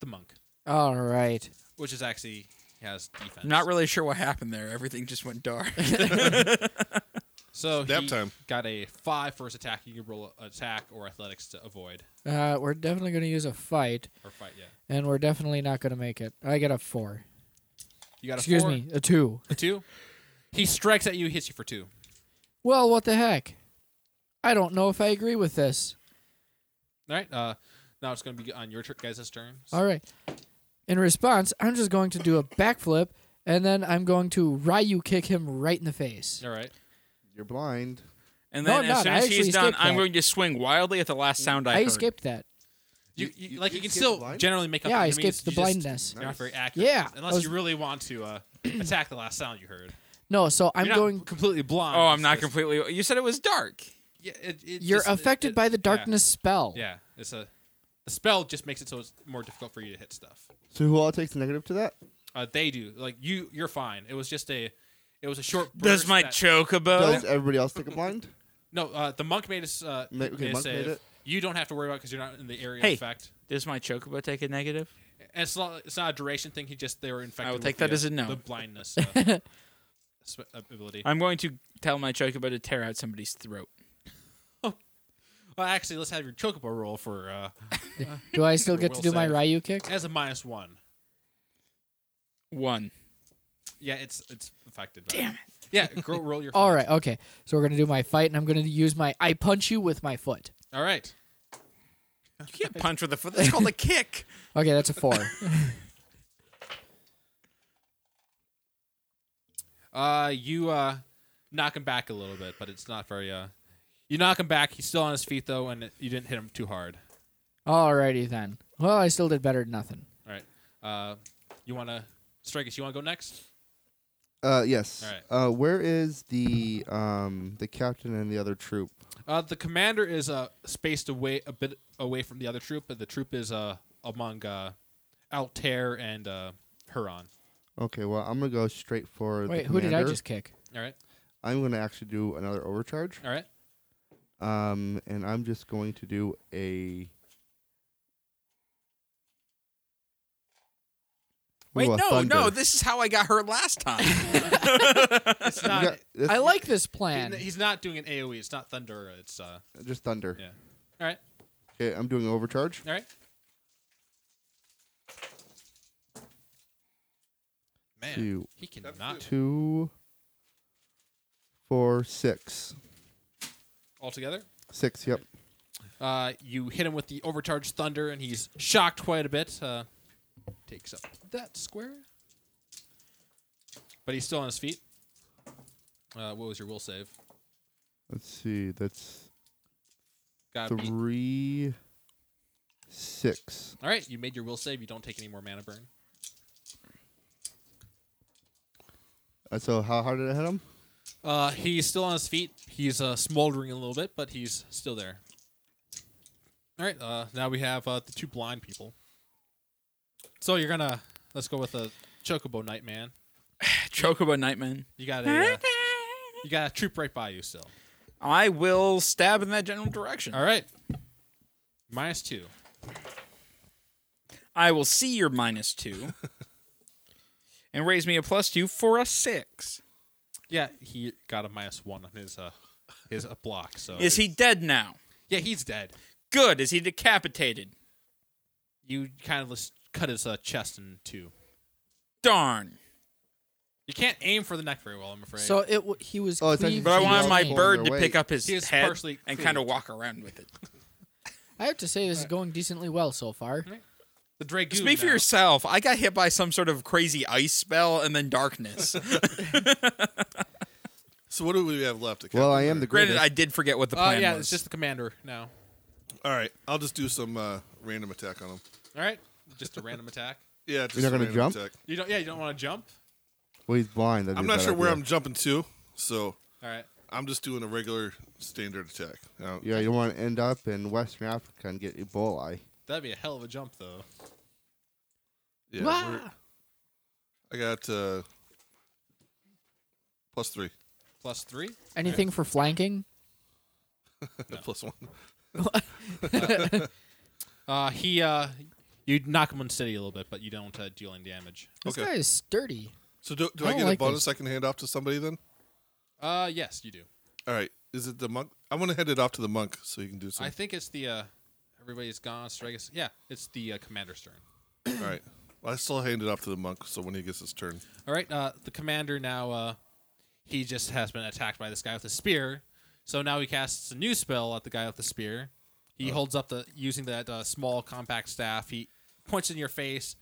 Speaker 1: the monk,
Speaker 5: All right.
Speaker 1: which is actually he has defense.
Speaker 3: I'm not really sure what happened there. Everything just went dark.
Speaker 1: So
Speaker 4: Nap
Speaker 1: he
Speaker 4: time.
Speaker 1: got a five for his attack. You can roll a- attack or athletics to avoid
Speaker 5: Uh, we're definitely going to use a fight,
Speaker 1: or fight. Yeah,
Speaker 5: and we're definitely not going to make it. I get a four.
Speaker 1: you got a
Speaker 5: Excuse
Speaker 1: four,
Speaker 5: me, a two.
Speaker 1: a two. He strikes at you, hits you for two.
Speaker 5: Well, what the heck? I don't know if I agree with this.
Speaker 1: All right. Uh, now it's going to be on your tur- guys' turn.
Speaker 5: All right. In response, I'm just going to do a backflip, and then I'm going to Ryu kick him right in the face.
Speaker 1: All right.
Speaker 2: you're blind.
Speaker 3: And
Speaker 5: No,
Speaker 3: then as
Speaker 5: I'm not.
Speaker 3: soon
Speaker 5: I
Speaker 3: as he's
Speaker 5: actually
Speaker 3: done,
Speaker 5: skipped
Speaker 3: I'm
Speaker 5: that.
Speaker 3: going to swing wildly at the last sound I,
Speaker 5: I
Speaker 3: heard.
Speaker 5: escaped that.
Speaker 1: You,
Speaker 2: You-
Speaker 1: you,
Speaker 2: you-
Speaker 1: like
Speaker 2: you
Speaker 1: you can
Speaker 2: escaped
Speaker 1: still
Speaker 2: the blind?
Speaker 1: generally make up.
Speaker 5: Yeah, I
Speaker 1: enemies,
Speaker 5: escaped the
Speaker 1: you just-
Speaker 5: blindness.
Speaker 1: You're not very accurate.
Speaker 5: Yeah,
Speaker 1: Unless
Speaker 5: I was-
Speaker 1: you really want to uh, attack the last sound you heard.
Speaker 5: No, so I'm
Speaker 1: You're not
Speaker 5: going.
Speaker 1: completely blind.
Speaker 3: Oh, I'm
Speaker 1: it's
Speaker 3: not
Speaker 1: just-
Speaker 3: completely. You said it was dark.
Speaker 1: Yeah, it, it
Speaker 5: You're
Speaker 1: just- it-
Speaker 5: affected
Speaker 1: it-
Speaker 5: by the
Speaker 1: yeah.
Speaker 5: darkness spell.
Speaker 1: Yeah, it's a the spell just makes it so it's more difficult for you to hit stuff.
Speaker 2: So who all takes the negative to that?
Speaker 1: Uh, they do. Like you, you're fine. It was just a, it was a short.
Speaker 3: Does
Speaker 1: burst
Speaker 3: my
Speaker 1: that-
Speaker 3: chocobo?
Speaker 2: Does everybody else take a blind?
Speaker 1: no? Uh, the monk made us. Uh,
Speaker 2: Ma- okay,
Speaker 1: made a
Speaker 2: monk made
Speaker 1: save.
Speaker 2: it.
Speaker 1: You don't have to worry about because you're not in the area
Speaker 3: Hey.
Speaker 1: of effect.
Speaker 3: Does my chocobo take a negative?
Speaker 1: And it's not. It's not a duration thing. He just they were infected.
Speaker 3: will
Speaker 1: with
Speaker 3: take that
Speaker 1: the, uh,
Speaker 3: as a no.
Speaker 1: The blindness uh, sp- uh, ability.
Speaker 3: I'm going to tell my chocobo to tear out somebody's throat.
Speaker 1: Well, actually, let's have your chocobo roll for uh,
Speaker 5: Do I still get
Speaker 1: Will
Speaker 5: to do my
Speaker 1: save.
Speaker 5: Ryu kick?
Speaker 1: as a minus one.
Speaker 3: One.
Speaker 1: Yeah, it's it's affected. By Damn it. Yeah, go, roll your.
Speaker 5: All
Speaker 1: fight.
Speaker 5: right, okay. So we're gonna do my fight, and I'm gonna use my I punch you with my foot.
Speaker 1: All right.
Speaker 3: You can't punch with a foot. That's called a kick.
Speaker 5: Okay, that's a four.
Speaker 1: Uh, you uh, knock him back a little bit, but it's not very. Uh, you knock him back. He's still on his feet though, and you didn't hit him too hard.
Speaker 5: Alrighty then. Well, I still did better than nothing.
Speaker 1: All right. Uh, You want to, Strikers? You want to go next?
Speaker 2: Uh, yes.
Speaker 1: All
Speaker 2: Uh, where is the um the captain and the other troop?
Speaker 1: Uh, the commander is uh, spaced away a bit away from the other troop, but the troop is uh, among uh, Altair and uh, Huron.
Speaker 2: Okay, well I'm gonna go straight for.
Speaker 5: Wait,
Speaker 2: the
Speaker 5: who did I
Speaker 2: commander.
Speaker 5: just kick?
Speaker 1: All right,
Speaker 2: I'm gonna actually do another overcharge.
Speaker 1: all right.
Speaker 2: Um, and I'm just going to do a.
Speaker 3: Wait,
Speaker 2: Ooh, a
Speaker 3: no, Oh, no,
Speaker 2: thunder.
Speaker 3: this is how I got hurt last time.
Speaker 1: It's
Speaker 2: You
Speaker 1: not.
Speaker 2: got- this-
Speaker 5: I like this plan.
Speaker 1: he- he's not doing an AOE. It's not thunder. It's uh.
Speaker 2: just thunder.
Speaker 1: Yeah. All right.
Speaker 2: Okay, I'm doing overcharge.
Speaker 1: All right. Man,
Speaker 2: Two.
Speaker 1: he
Speaker 4: That's
Speaker 1: cannot
Speaker 2: Two, four, six,
Speaker 1: altogether.
Speaker 2: six. Yep.
Speaker 1: Uh, you hit him with the overcharged thunder, and he's shocked quite a bit. Uh, takes up that square, but he's still on his feet. Uh, what was your will save?
Speaker 2: Let's see. That's
Speaker 1: Got beat.
Speaker 2: three, six.
Speaker 1: All right, you made your will save. You don't take any more mana burn.
Speaker 2: Uh, so how hard did I hit him?
Speaker 1: Uh, he's still on his feet. He's uh, smoldering a little bit, but he's still there. All right. Uh, now we have uh, the two blind people. So you're gonna let's go with a chocobo night man.
Speaker 3: Chocobo Nightman.
Speaker 1: You got a uh, you got a troop right by you still.
Speaker 3: I will stab in that general direction.
Speaker 1: All right. Minus two.
Speaker 3: I will see your minus two and raise me a plus two for a six.
Speaker 1: Yeah, he got a minus one on his uh his uh, block. So
Speaker 3: Is he dead now?
Speaker 1: Yeah, he's dead.
Speaker 3: Good. Is he decapitated?
Speaker 1: You kind of just cut his uh, chest in two.
Speaker 3: Darn.
Speaker 1: You can't aim for the neck very well, I'm afraid.
Speaker 5: So it w- he was.
Speaker 2: Oh, it's actually-
Speaker 5: cleaved
Speaker 3: But I
Speaker 5: to
Speaker 3: wanted
Speaker 5: the
Speaker 3: my
Speaker 5: main.
Speaker 3: bird to
Speaker 2: Wait.
Speaker 3: pick up his
Speaker 1: He is
Speaker 3: head
Speaker 1: partially
Speaker 3: and kind of
Speaker 1: cleaved.
Speaker 3: walk around with it.
Speaker 5: I have to say this is going decently well so far.
Speaker 1: the dragoon.
Speaker 3: Speak for
Speaker 1: now.
Speaker 3: yourself. I got hit by some sort of crazy ice spell and then darkness.
Speaker 4: So what do we have left? to
Speaker 2: Well,
Speaker 4: count
Speaker 2: I am
Speaker 4: there?
Speaker 2: the
Speaker 3: Granted,
Speaker 2: greatest.
Speaker 3: I did forget what the
Speaker 1: Uh,
Speaker 3: plan
Speaker 1: yeah,
Speaker 3: was.
Speaker 1: it's just the commander now.
Speaker 4: All right, I'll just do some uh, random attack on him.
Speaker 1: All right, just a random attack.
Speaker 4: Yeah, just
Speaker 2: not
Speaker 4: a
Speaker 2: gonna
Speaker 4: random
Speaker 2: jump?
Speaker 4: attack.
Speaker 1: You don't. Yeah, you don't want to jump.
Speaker 2: well, he's blind. that'd
Speaker 4: I'm
Speaker 2: be a
Speaker 4: not
Speaker 2: bad
Speaker 4: sure where
Speaker 2: idea.
Speaker 4: I'm jumping to, so
Speaker 1: All right.
Speaker 4: I'm just doing a regular standard attack. Uh, Now,
Speaker 2: Yeah, you want to end up in Western Africa and get Ebola.
Speaker 1: That'd be a hell of a jump, though.
Speaker 4: yeah, we're- I got uh, plus three,
Speaker 1: Plus three.
Speaker 5: Anything for flanking?
Speaker 4: plus one.
Speaker 1: Uh, he. Uh, you knock him unsteady a little bit, but you don't uh, deal any damage.
Speaker 5: This
Speaker 4: Okay.
Speaker 5: guy is sturdy.
Speaker 4: So do, do
Speaker 5: I
Speaker 4: I,
Speaker 5: don't
Speaker 4: get a
Speaker 5: like
Speaker 4: bonus I can hand off to somebody then?
Speaker 1: Uh, yes, you do.
Speaker 4: All right, is it the monk? I want to hand it off to the monk so he can do
Speaker 1: I
Speaker 4: something.
Speaker 1: think it's the. Uh, everybody's gone. Stragus. Yeah, it's the uh, commander's turn.
Speaker 4: All right, I still hand it off to the monk so when he gets his turn.
Speaker 1: All right. Uh, the commander now. Uh, he just has been attacked by this guy with a spear. So now he casts a new spell at the guy with the spear. He holds up the using that uh, small compact staff. He points in your face,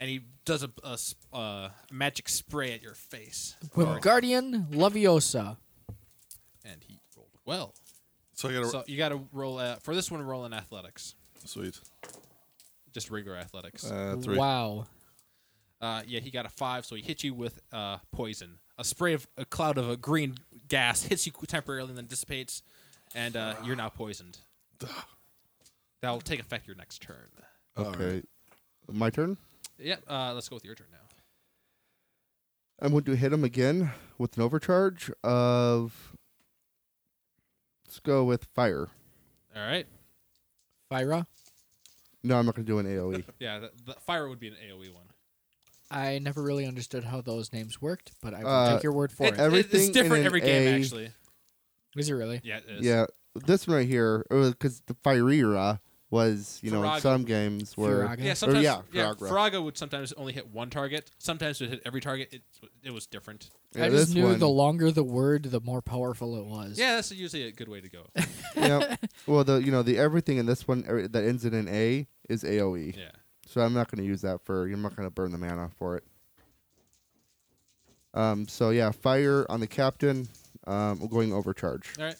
Speaker 1: and he does a, a s- uh, magic spray at your face.
Speaker 5: Guardian Leviosa.
Speaker 1: And he rolled well.
Speaker 4: So I got to
Speaker 1: So you got to roll uh, for this one. Roll in athletics,
Speaker 4: sweet
Speaker 1: just regular athletics.
Speaker 4: uh, three.
Speaker 5: Wow.
Speaker 1: Uh, yeah, he got a five, so he hit you with uh, poison. A spray of a cloud of a green gas hits you temporarily and then dissipates, and uh, you're now poisoned. That'll take effect your next turn.
Speaker 2: Okay. My turn?
Speaker 1: Yep, uh, let's go with your turn now.
Speaker 2: I'm going to hit him again with an overcharge of. Let's go with fire.
Speaker 1: All right.
Speaker 5: Fyra.
Speaker 2: No, I'm not going to do an E. AoE.
Speaker 1: Yeah, the, the fire would be an AoE one.
Speaker 5: I never really understood how those names worked, but I will
Speaker 2: Uh,
Speaker 5: take your word for it.
Speaker 1: It-
Speaker 5: Is
Speaker 2: every- everything
Speaker 1: it's
Speaker 2: in
Speaker 1: different
Speaker 2: an
Speaker 1: every game,
Speaker 2: A-
Speaker 1: actually.
Speaker 5: it really?
Speaker 1: Yeah, it is.
Speaker 2: yeah, this one right here, because the Firera was, you know, in
Speaker 1: Firaga.
Speaker 2: some games where.
Speaker 5: Firaga.
Speaker 1: Yeah,
Speaker 5: Or,
Speaker 1: sometimes
Speaker 2: yeah,
Speaker 1: yeah,
Speaker 2: Firaga.
Speaker 1: Firaga would sometimes only hit one target. Sometimes it would hit every target. It, it was different.
Speaker 2: Yeah,
Speaker 5: I just
Speaker 2: this
Speaker 5: knew
Speaker 2: one,
Speaker 5: the longer the word, the more powerful it was.
Speaker 1: Yeah, that's usually a good way to go.
Speaker 2: yeah, well, the you know the everything in this one er, that ends in an A is AOE.
Speaker 1: Yeah.
Speaker 2: So I'm not going to use that for. I'm not going to burn the mana for it. Um. So yeah, fire on the captain. Um, we're going overcharge.
Speaker 1: All right.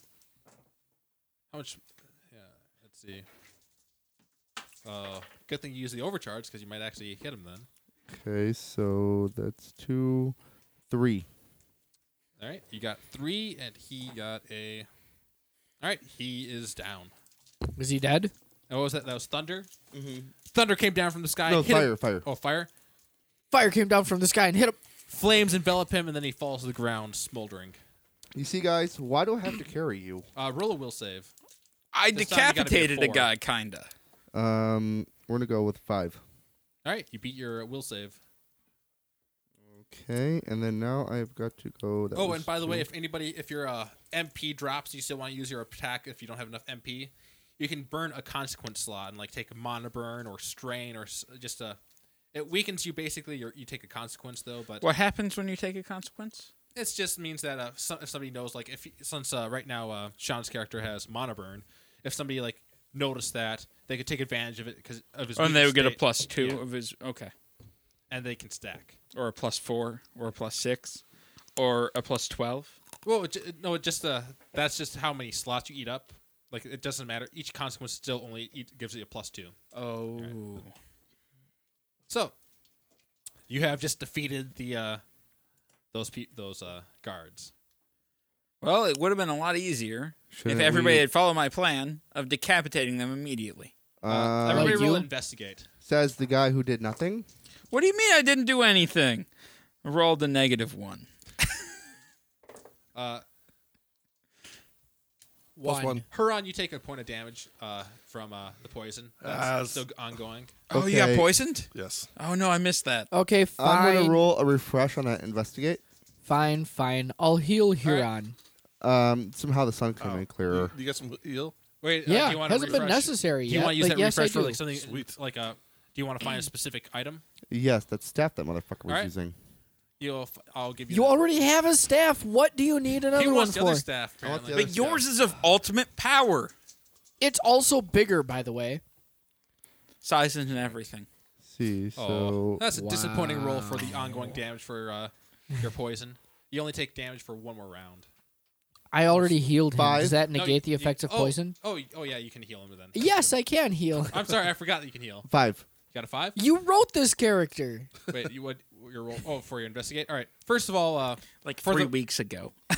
Speaker 1: How much? Yeah, let's see. Uh, good thing you use the overcharge because you might actually hit him then.
Speaker 2: Okay, so that's two, three.
Speaker 1: All right, you got three, and he got a. All right, he is down.
Speaker 5: Is he dead?
Speaker 1: And what was that? That was thunder. Mm-hmm. Thunder came down from the sky.
Speaker 2: no,
Speaker 1: hit him-
Speaker 2: fire, fire.
Speaker 1: Oh, fire!
Speaker 5: Fire came down from the sky and hit him.
Speaker 1: Flames envelop him, and then he falls to the ground, smoldering.
Speaker 2: You see, guys, why do I have to carry you?
Speaker 1: Uh, roll a will save.
Speaker 3: I
Speaker 1: This time you gotta be a
Speaker 3: decapitated a
Speaker 1: four.
Speaker 3: guy, kinda.
Speaker 2: Um, we're gonna go with five.
Speaker 1: All right, you beat your uh, will save.
Speaker 2: Okay, and then now I've got to go. That
Speaker 1: oh,
Speaker 2: was
Speaker 1: and by the
Speaker 2: two.
Speaker 1: way, if anybody, if your uh, MP drops, you still want to use your attack if you don't have enough MP. You can burn a consequence slot and like take a mana burn or strain or s- just a. It weakens you basically. You're, you take a consequence though, but
Speaker 3: What happens when you take a consequence?
Speaker 1: it just means that uh, so, if somebody knows, like, if since uh, right now uh, Sean's character has mana burn, if somebody like noticed that, they could take advantage of it because of his.
Speaker 3: and they
Speaker 1: weakened
Speaker 3: would get a
Speaker 1: state,
Speaker 3: plus two
Speaker 1: Yeah.
Speaker 3: of his. Okay.
Speaker 1: and they can stack.
Speaker 3: Or a plus four, or a plus six, or a plus 12.
Speaker 1: Well, it, ju- no, it just uh, that's just how many slots you eat up. Like it doesn't matter. Each consequence still only eat, gives you a plus two.
Speaker 3: Oh.
Speaker 1: So you have just defeated the uh, those pe- those uh, guards.
Speaker 3: Well, it would have been a lot easier
Speaker 2: Shouldn't
Speaker 3: if
Speaker 2: we-
Speaker 3: everybody had followed my plan of decapitating them immediately.
Speaker 2: uh,
Speaker 1: Uh, everybody
Speaker 5: Like
Speaker 1: roll
Speaker 5: you?
Speaker 1: investigate.
Speaker 2: says the guy who did nothing.
Speaker 3: What do you mean I didn't do anything? I rolled a negative one.
Speaker 1: Uh,
Speaker 4: Plus one.
Speaker 1: Huron, you take a point of damage uh, from uh, the poison.
Speaker 2: Uh,
Speaker 4: Ah,
Speaker 1: That's
Speaker 4: s-
Speaker 1: still ongoing.
Speaker 3: Oh, you got
Speaker 2: Okay.
Speaker 3: poisoned?
Speaker 4: Yes.
Speaker 3: Oh, no, I missed that.
Speaker 5: Okay,
Speaker 2: I'm
Speaker 5: fine.
Speaker 2: gonna roll a refresh on that investigate.
Speaker 5: Fine, fine. I'll heal
Speaker 1: Uh,
Speaker 5: Huron.
Speaker 2: Um, somehow the sun came
Speaker 1: Oh.
Speaker 2: in clearer.
Speaker 4: You, you got some heal?
Speaker 1: Wait, uh, do you
Speaker 5: Yeah,
Speaker 1: want
Speaker 5: hasn't
Speaker 1: to
Speaker 5: been necessary
Speaker 1: Do
Speaker 5: yet.
Speaker 1: you want to use
Speaker 5: but
Speaker 1: that
Speaker 5: yes,
Speaker 1: refresh
Speaker 5: I
Speaker 1: for
Speaker 5: do.
Speaker 1: like something
Speaker 4: Sweet.
Speaker 1: like a? Do you want to find a specific item?
Speaker 2: Yes, that staff that motherfucker was
Speaker 1: Alright.
Speaker 2: using.
Speaker 1: You'll. F- I'll give you.
Speaker 5: You
Speaker 1: that.
Speaker 5: already have a staff. What do you need
Speaker 1: He
Speaker 5: another one
Speaker 1: wants the
Speaker 5: for?
Speaker 1: other staff.
Speaker 2: I want the
Speaker 1: Apparently.
Speaker 2: other
Speaker 3: But yours is of ultimate power.
Speaker 5: It's also bigger, by the way.
Speaker 3: Size and everything.
Speaker 2: See,
Speaker 1: Oh,
Speaker 2: so
Speaker 1: that's a disappointing roll for the ongoing damage for uh, your poison. You only take damage for one more round.
Speaker 5: I already healed him.
Speaker 2: Five.
Speaker 5: Does that
Speaker 1: No,
Speaker 5: negate
Speaker 1: you-
Speaker 5: the effects
Speaker 1: you-
Speaker 5: of
Speaker 1: oh,
Speaker 5: poison?
Speaker 1: Oh, y- oh yeah, you can heal him then.
Speaker 5: Yes, I can heal.
Speaker 1: I'm sorry, I forgot that you can heal.
Speaker 2: five.
Speaker 1: You got a five?
Speaker 5: You wrote this character.
Speaker 1: Wait, you what? Your roll? Oh, for your investigate. All right. First of all, uh,
Speaker 3: Like
Speaker 1: For
Speaker 3: three
Speaker 1: the-
Speaker 3: weeks ago.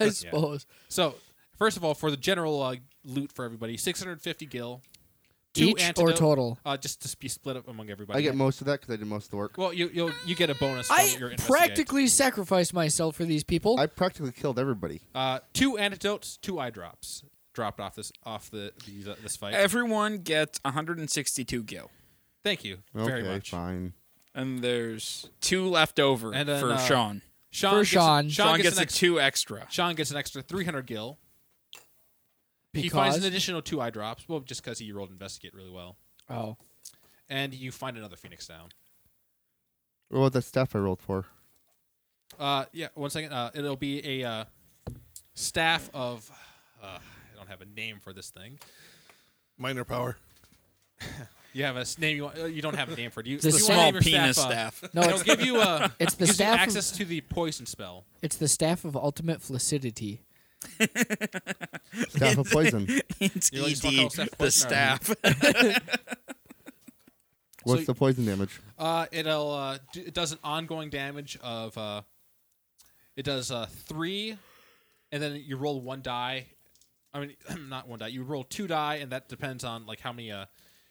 Speaker 5: I suppose.
Speaker 1: so first of all, for the general uh, loot for everybody, 650 gil. Two
Speaker 5: Each or
Speaker 1: antidote,
Speaker 5: total?
Speaker 1: Uh, just to be split up among everybody.
Speaker 2: I get most of that because I did most of the work.
Speaker 1: Well, you you'll, you get a bonus. From your
Speaker 5: I
Speaker 1: investigate.
Speaker 5: practically sacrificed myself for these people.
Speaker 2: I practically killed everybody.
Speaker 1: uh, two antidotes, two eye drops dropped off this off the these, uh, this fight.
Speaker 3: Everyone gets 162 gil.
Speaker 1: Thank you
Speaker 2: Okay,
Speaker 1: very much.
Speaker 2: fine.
Speaker 3: And there's two left over
Speaker 1: And then,
Speaker 3: for
Speaker 1: uh,
Speaker 3: Sean.
Speaker 1: Sean
Speaker 5: For
Speaker 1: gets,
Speaker 5: Sean.
Speaker 1: Sean,
Speaker 3: Sean
Speaker 1: gets,
Speaker 3: gets
Speaker 1: an
Speaker 3: a
Speaker 1: extra,
Speaker 3: two extra.
Speaker 1: Sean gets an extra 300 gil. He finds
Speaker 5: because
Speaker 1: an additional two eye drops. Well, just because he rolled investigate really well,
Speaker 5: oh,
Speaker 1: and you find another phoenix down.
Speaker 2: What about that staff I rolled for?
Speaker 1: Uh, yeah. One second. Uh, it'll be a uh, staff of. Uh, I don't have a name for this thing.
Speaker 4: Minor power.
Speaker 1: You have a s- name. You want, uh, you don't have a name for it. You,
Speaker 5: The
Speaker 1: you wanna
Speaker 5: small
Speaker 1: name your
Speaker 3: penis
Speaker 1: uh,
Speaker 3: staff.
Speaker 5: No,
Speaker 1: it'll
Speaker 5: it's-
Speaker 1: give you uh,
Speaker 5: it's the
Speaker 1: gives you
Speaker 5: staff of-
Speaker 1: access to the poison spell.
Speaker 5: it's the staff of ultimate flaccidity.
Speaker 2: Staff of poison.
Speaker 3: It's
Speaker 1: You know, you just wanna call
Speaker 3: ED,
Speaker 1: Steph
Speaker 3: the
Speaker 1: Poison or-
Speaker 3: staff.
Speaker 2: What's
Speaker 1: So-
Speaker 2: the poison damage?
Speaker 1: Uh, it'll uh, do, it does an ongoing damage of uh, it does uh, three, and then you roll one die. I mean, not one die. You roll two die, and that depends on like how many. Uh,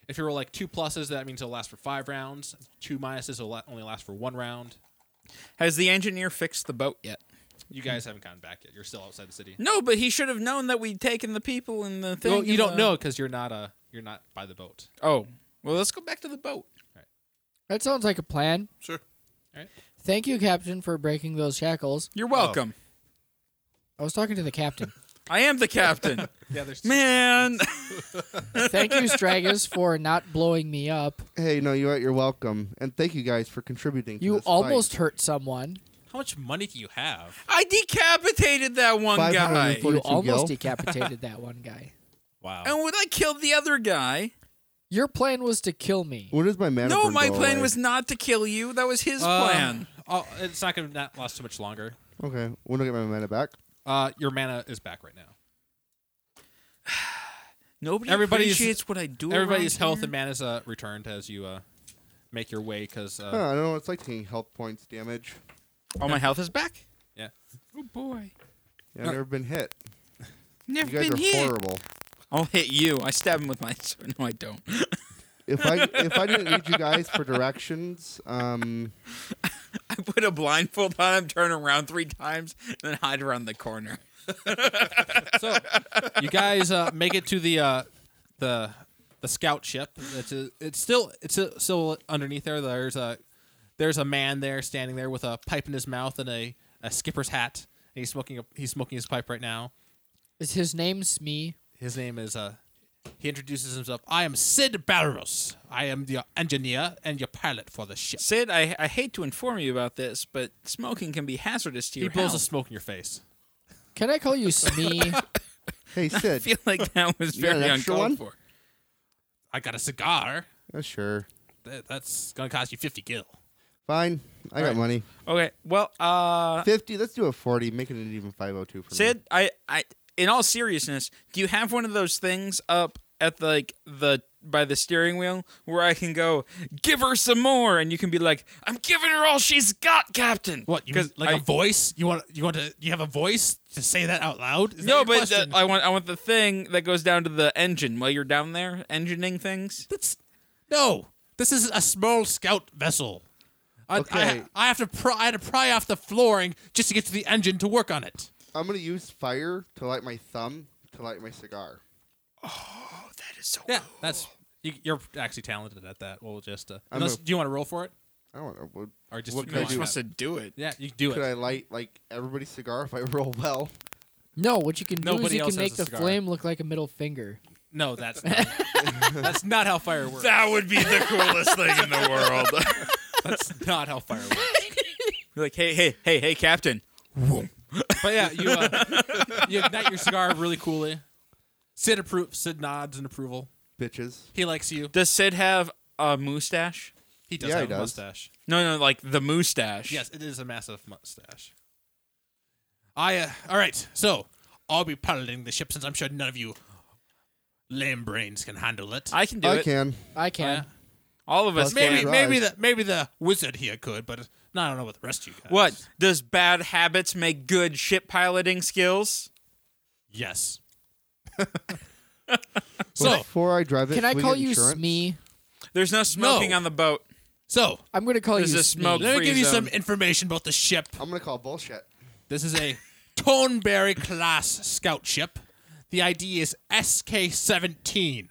Speaker 1: if you roll like two pluses, that means it'll last for five rounds. Two minuses will la- only last for one round.
Speaker 3: Has the engineer fixed the boat yet?
Speaker 1: You guys haven't gotten back yet. You're still outside the city.
Speaker 3: No, but he should have known that we'd taken the people and the thing.
Speaker 1: Well, you
Speaker 3: and
Speaker 1: don't
Speaker 3: the-
Speaker 1: know because you're not uh you're not by the boat.
Speaker 3: Oh, well, let's go back to the boat.
Speaker 5: That sounds like a plan.
Speaker 4: Sure.
Speaker 5: Thank you, Captain, for breaking those shackles.
Speaker 3: You're welcome.
Speaker 5: I was talking to the captain.
Speaker 3: I am the captain.
Speaker 1: Yeah, there's
Speaker 3: Man,
Speaker 5: Thank you, Stragus, for not blowing me up.
Speaker 2: Hey, no, you're right, you're welcome, and thank you guys for contributing. to
Speaker 5: You
Speaker 2: this fight.
Speaker 5: almost hurt someone.
Speaker 1: how much money do you have?
Speaker 3: I decapitated that one guy.
Speaker 2: 540. 42
Speaker 5: You
Speaker 2: gil.
Speaker 5: almost decapitated that one guy.
Speaker 1: Wow.
Speaker 3: And when I killed the other guy,
Speaker 5: Your plan was to kill me.
Speaker 2: When does my mana?
Speaker 3: no,
Speaker 2: burn
Speaker 3: my
Speaker 2: go
Speaker 3: plan
Speaker 2: away?
Speaker 3: was not to kill you. That was his
Speaker 1: Uh,
Speaker 3: plan.
Speaker 1: oh, it's not gonna not last too much longer.
Speaker 2: okay. When do I get my mana back?
Speaker 1: Uh, your mana is back right now.
Speaker 3: Nobody
Speaker 1: everybody's-
Speaker 3: appreciates what I do.
Speaker 1: Everybody's
Speaker 3: around
Speaker 1: health
Speaker 3: here.
Speaker 1: and mana is uh, returned as you uh, make your way because uh,
Speaker 3: Oh.
Speaker 2: Huh, I don't know. It's like taking health points damage. Oh,
Speaker 3: All my health is back.
Speaker 1: yeah.
Speaker 3: Oh boy,
Speaker 2: Yeah, I've never been hit.
Speaker 3: never
Speaker 2: You guys
Speaker 3: Uh, been
Speaker 2: are
Speaker 3: hit.
Speaker 2: horrible.
Speaker 3: I'll hit you. I stab him with my sword. No, I don't.
Speaker 2: If I if I didn't need you guys for directions, um,
Speaker 3: I put a blindfold on him, turn around three times, and then hide around the corner.
Speaker 1: So you guys uh, make it to the uh, the the scout ship. It's a, it's still it's a, still underneath there. There's a there's a man there standing there with a pipe in his mouth and a, a skipper's hat. And he's smoking a, he's smoking his pipe right now.
Speaker 5: Is his name Smee?
Speaker 1: His name is uh he introduces himself. I am Sid Barros. I am your engineer and your pilot for the ship.
Speaker 3: Sid, I, I hate to inform you about this, but smoking can be hazardous to
Speaker 1: He
Speaker 3: your
Speaker 1: blows a
Speaker 3: health.
Speaker 1: smoke in your face.
Speaker 5: Can I call you Smee?
Speaker 2: hey
Speaker 3: I
Speaker 2: Sid,
Speaker 3: feel like that was
Speaker 2: You got an
Speaker 3: very
Speaker 2: extra
Speaker 3: uncalled
Speaker 2: one?
Speaker 3: for.
Speaker 1: I got a cigar.
Speaker 2: Uh, sure,
Speaker 1: That, that's gonna cost you fifty gil.
Speaker 2: fine. I got
Speaker 3: Alright.
Speaker 2: money.
Speaker 3: Okay, well, uh,
Speaker 2: Fifty. Let's do a forty. Making it even five hundred two for me.
Speaker 3: Sid, I, I, in all seriousness, do you have one of those things up at like the by the steering wheel where I can go give her some more, and you can be like, I'm giving her all she's got, Captain.
Speaker 1: What? You mean,
Speaker 3: 'Cause
Speaker 1: like
Speaker 3: I-
Speaker 1: a voice? You want you want to you have a voice to say that out loud? Is that
Speaker 3: No,
Speaker 1: your
Speaker 3: but the,
Speaker 1: question?
Speaker 3: I want I want the thing that goes down to the engine while you're down there engineing things.
Speaker 1: that's no. This is a small scout vessel. I,
Speaker 2: Okay.
Speaker 1: I, I have to pry, I had to pry off the flooring just to get to the engine to work on it.
Speaker 2: I'm gonna use fire to light my thumb to light my cigar.
Speaker 3: Oh, that is so.
Speaker 1: Yeah, that's you, you're actually talented at that. We'll just uh,
Speaker 2: I'm
Speaker 1: unless,
Speaker 2: a-
Speaker 1: do you want to roll for it
Speaker 2: I don't know. What,
Speaker 1: or just
Speaker 2: What
Speaker 1: you
Speaker 2: can I
Speaker 1: want
Speaker 2: do?
Speaker 1: that?
Speaker 3: to do it.
Speaker 1: Yeah, you can do
Speaker 2: could
Speaker 1: it.
Speaker 2: I light like everybody's cigar if I roll well?
Speaker 5: no, what you can do
Speaker 1: Nobody
Speaker 5: is
Speaker 1: else has
Speaker 5: you can make
Speaker 1: a
Speaker 5: the
Speaker 1: cigar.
Speaker 5: flame look like a middle finger.
Speaker 1: No, that's not, that's not how fire works.
Speaker 3: That would be the coolest thing in the world.
Speaker 1: That's not how fire works.
Speaker 3: like, hey, hey, hey, hey, Captain.
Speaker 1: But yeah, you uh, you ignite your cigar really coolly. Sid approves. Sid nods in approval.
Speaker 2: Bitches.
Speaker 1: He likes you.
Speaker 3: Does Sid have a mustache?
Speaker 1: He does
Speaker 2: Yeah,
Speaker 1: have
Speaker 2: he
Speaker 1: a
Speaker 2: does.
Speaker 1: mustache.
Speaker 3: No, no, like the mustache.
Speaker 1: Yes, it is a massive mustache. I uh, all right. So I'll be piloting the ship since I'm sure none of you lame brains can handle it.
Speaker 3: I can do
Speaker 2: I
Speaker 3: it.
Speaker 2: can.
Speaker 5: I can.
Speaker 1: Yeah.
Speaker 3: All of us
Speaker 2: Maybe-
Speaker 3: can.
Speaker 2: Right.
Speaker 1: maybe the maybe the wizard here could, but no, I don't know what the rest of you guys.
Speaker 3: What does bad habits make good ship piloting skills?
Speaker 1: Yes. so
Speaker 2: before I drive it,
Speaker 5: Can I
Speaker 2: we
Speaker 5: call
Speaker 2: get
Speaker 5: you
Speaker 2: insurance?
Speaker 5: Smee?
Speaker 3: There's no smoking on the boat.
Speaker 1: so
Speaker 5: I'm gonna call
Speaker 3: There's
Speaker 5: you
Speaker 3: a
Speaker 5: Smee.
Speaker 3: smoke-
Speaker 1: let me
Speaker 3: Free
Speaker 1: give you some
Speaker 3: zone.
Speaker 1: information about the ship.
Speaker 2: I'm gonna call bullshit.
Speaker 1: This is a Toneberry class scout ship. The ID is SK 17.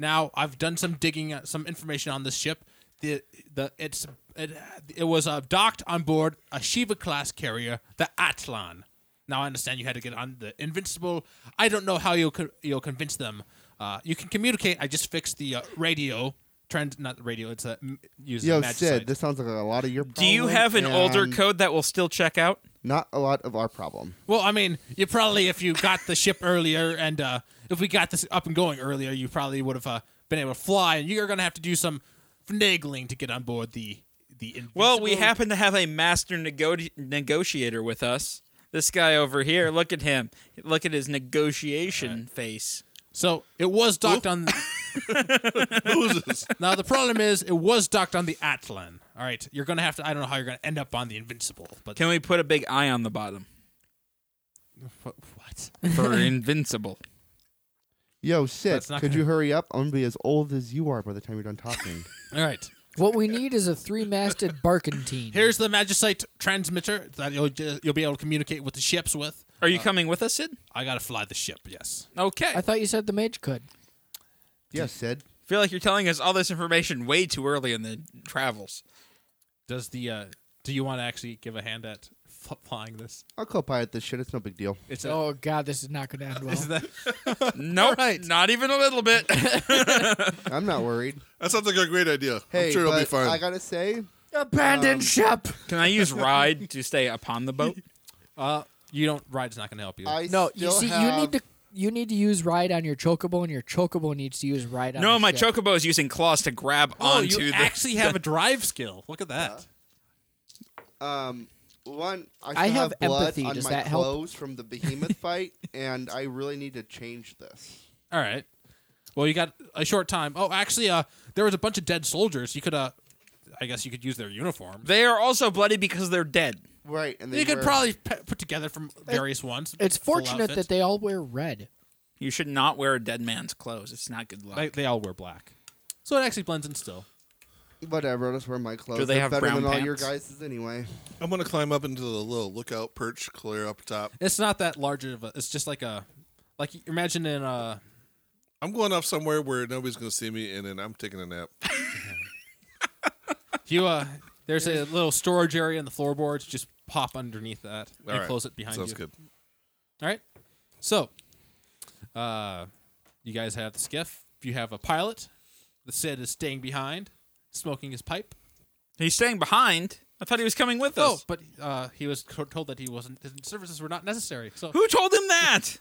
Speaker 1: Now, I've done some digging, uh, some information on this ship. The, the, it's, it, it was uh, docked on board a Shiva class carrier, the Atlan. Now, I understand you had to get on the Invincible. I don't know how you'll, co- you'll convince them. Uh, you can communicate. I just fixed the uh, radio. Trend, not the radio, it's a, m- uses
Speaker 2: Yo,
Speaker 1: magicite.
Speaker 2: Sid, this sounds like a lot of your.
Speaker 3: Do you have an older code that will still check out?
Speaker 2: Not a lot of our problem.
Speaker 1: Well, I mean, you probably if you got the ship earlier and uh, if we got this up and going earlier, you probably would have uh, been able to fly. And you're gonna have to do some finagling to get on board the the. Invincible.
Speaker 3: Well, we happen to have a master nego- negotiator with us. This guy over here, look at him. Look at his negotiation face.
Speaker 1: So it was docked on.
Speaker 4: Who's this?
Speaker 1: now the problem is it was docked on the Atlan. All right, you're gonna have to. I don't know how you're gonna end up on the Invincible, but
Speaker 3: Can we put a big eye on the bottom
Speaker 1: what?
Speaker 3: for invincible?
Speaker 2: Yo,
Speaker 1: That's
Speaker 2: Sid,
Speaker 1: not
Speaker 2: could
Speaker 1: gonna-
Speaker 2: you hurry up? I'm gonna be as old as you are by the time you're done talking.
Speaker 1: All right.
Speaker 5: What we need is a three-masted barkentine.
Speaker 1: Here's the magicite transmitter that you'll ju- you'll be able to communicate with the ships with.
Speaker 3: Are you coming with us, Sid?
Speaker 1: I gotta fly the ship. Yes.
Speaker 3: Okay.
Speaker 5: I thought you said the mage could.
Speaker 2: yeah, Sid.
Speaker 3: feel like you're telling us all this information way too early in the travels.
Speaker 1: Does the uh, do you want to actually give a hand at f- flying this?
Speaker 2: I'll co-pilot this shit. It's no big deal.
Speaker 1: It's a,
Speaker 5: Oh God, this is not going to end well.
Speaker 3: Nope, not even a little bit.
Speaker 2: I'm not worried.
Speaker 4: That sounds like a great idea.
Speaker 2: Hey,
Speaker 4: I'm sure it'll be
Speaker 2: but
Speaker 4: fine.
Speaker 2: I gotta say,
Speaker 5: Abandoned ship.
Speaker 3: Um, Can I use ride to stay upon the boat?
Speaker 1: uh, you don't ride's not gonna help you.
Speaker 2: I
Speaker 5: No, you
Speaker 2: still
Speaker 5: see,
Speaker 2: have...
Speaker 5: you need to you need to use ride on your chocobo, and your chocobo needs to use ride on.
Speaker 3: No,
Speaker 5: the
Speaker 3: my
Speaker 5: ship.
Speaker 3: chocobo is using claws to grab
Speaker 1: oh,
Speaker 3: onto
Speaker 1: you
Speaker 3: the.
Speaker 1: actually have a drive skill. Look at that.
Speaker 2: Um, one, I,
Speaker 5: I
Speaker 2: still
Speaker 5: have
Speaker 2: have, blood
Speaker 5: empathy.
Speaker 2: on
Speaker 5: Does
Speaker 2: my
Speaker 5: that help?
Speaker 2: clothes from the behemoth fight, and I really need to change this.
Speaker 1: All right. Well, you got a short time. Oh, actually, uh, there was a bunch of dead soldiers. You could, uh, I guess, you could use their uniform.
Speaker 3: They are also bloody because they're dead.
Speaker 2: Right, and they
Speaker 1: you could
Speaker 2: were-
Speaker 1: probably p- put together from various ones.
Speaker 5: It's
Speaker 1: full
Speaker 5: fortunate
Speaker 1: outfits.
Speaker 5: that they all wear red.
Speaker 3: You should not wear a dead man's clothes. It's not good luck.
Speaker 1: they, they all wear black, so it actually blends in still.
Speaker 2: whatever. I'll just wear my clothes.
Speaker 3: Do they
Speaker 2: They're
Speaker 3: have
Speaker 2: better
Speaker 3: brown
Speaker 2: than all your
Speaker 3: pants?
Speaker 2: guys' anyway?
Speaker 4: I'm gonna climb up into the little lookout perch, clear up top.
Speaker 1: It's not that large of a. It's just like a, like imagine in uh, a.
Speaker 4: I'm going off somewhere where nobody's gonna see me, and then I'm taking a nap.
Speaker 1: You uh, there's a little storage area in the floorboards. Just pop underneath that
Speaker 4: All
Speaker 1: and
Speaker 4: right.
Speaker 1: close it behind
Speaker 4: Sounds
Speaker 1: you.
Speaker 4: good.
Speaker 1: All right. So, uh, you guys have the skiff. You have a pilot. The Sid is staying behind, smoking his pipe.
Speaker 3: He's staying behind. I thought he was coming with
Speaker 1: Oh,
Speaker 3: us.
Speaker 1: but uh, he was co- told that he wasn't. His services were not necessary. So
Speaker 3: Who told him that?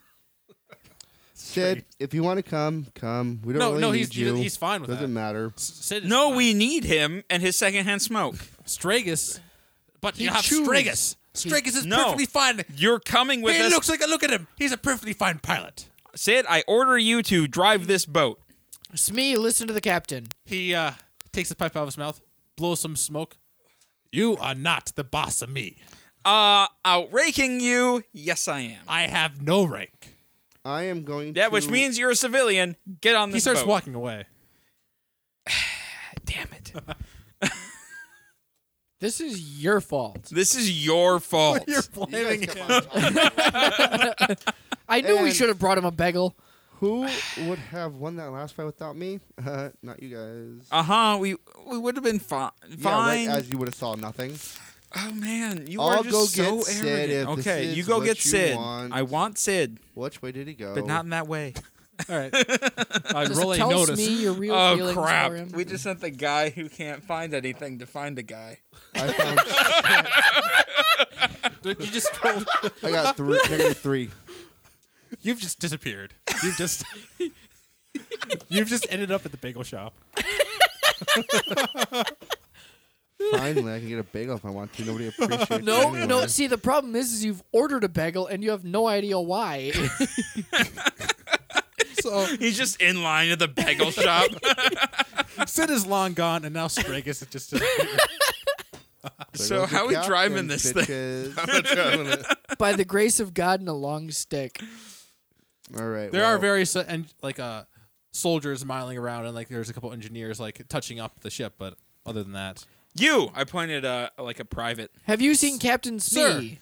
Speaker 2: Sid, if you want to come, come. We don't
Speaker 1: No,
Speaker 2: really
Speaker 1: no,
Speaker 2: need
Speaker 1: he's-
Speaker 2: you.
Speaker 1: he's fine with
Speaker 2: Doesn't
Speaker 1: that.
Speaker 2: matter.
Speaker 1: S- Sid is
Speaker 3: No,
Speaker 1: fine.
Speaker 3: we need him and his secondhand smoke.
Speaker 1: Stragus. But you have
Speaker 5: chooses.
Speaker 1: Stragus. Stragus is
Speaker 3: No.
Speaker 1: perfectly fine.
Speaker 3: You're coming with
Speaker 1: he
Speaker 3: us.
Speaker 1: looks like a look at him. He's a perfectly fine pilot.
Speaker 3: Sid, I order you to drive this boat.
Speaker 5: Smee, listen to the captain.
Speaker 1: He uh, takes his pipe out of his mouth, blows some smoke. You are not the boss of me.
Speaker 3: Uh, outraking you. Yes, I am.
Speaker 1: I have no rank.
Speaker 2: I am going.
Speaker 3: That
Speaker 2: to,
Speaker 3: which means you're a civilian. Get on
Speaker 1: He
Speaker 3: this
Speaker 1: starts
Speaker 3: boat.
Speaker 1: walking away.
Speaker 3: Damn it.
Speaker 5: This is your fault.
Speaker 3: This is your fault.
Speaker 2: You guys come on.
Speaker 5: I knew we
Speaker 2: And-
Speaker 5: should have brought him a bagel.
Speaker 2: Who would have won that last fight without me? Uh, not you guys.
Speaker 3: Uh huh. We we would have been fi- fine.
Speaker 2: Yeah, right, as you would have saw nothing.
Speaker 3: oh man, you
Speaker 2: I'll
Speaker 3: are just
Speaker 2: go
Speaker 3: so
Speaker 2: get Sid
Speaker 3: arrogant.
Speaker 2: if this
Speaker 3: okay,
Speaker 2: is
Speaker 3: you go
Speaker 2: what
Speaker 3: get
Speaker 2: you
Speaker 3: Sid.
Speaker 2: want. Oh.
Speaker 3: I want Sid,
Speaker 2: Which way did he go?
Speaker 3: but not in that way.
Speaker 1: All right. I
Speaker 5: Just
Speaker 1: roll a
Speaker 5: tell
Speaker 1: notice.
Speaker 5: Smee your real
Speaker 3: Oh
Speaker 5: feelings
Speaker 3: crap!
Speaker 5: for him.
Speaker 3: We just sent the guy who can't find anything to find a guy.
Speaker 2: I found.
Speaker 1: You just rolled-
Speaker 2: I got three, negative three.
Speaker 1: you've just disappeared. You've just you've just ended up at the bagel shop.
Speaker 2: Finally, I can get a bagel if I want to. Nobody appreciates.
Speaker 5: No,
Speaker 2: it anyway.
Speaker 5: no. See, the problem is, is you've ordered a bagel and you have no idea why.
Speaker 1: So
Speaker 3: He's just in line at the bagel shop.
Speaker 1: Sid is long gone, and now Stragus is just disappeared.
Speaker 2: There
Speaker 3: so
Speaker 2: goes the
Speaker 3: how we
Speaker 2: captain,
Speaker 3: driving this thing?
Speaker 2: bitches.
Speaker 4: I'm gonna try-
Speaker 5: By the grace of God and a long stick.
Speaker 2: All right.
Speaker 1: There
Speaker 2: well,
Speaker 1: are various uh, and like uh, soldiers miling around, and like there's a couple engineers like touching up the ship. But other than that,
Speaker 3: You, I pointed uh, like a private.
Speaker 5: Have you seen Captain
Speaker 1: Sir.
Speaker 5: Smee?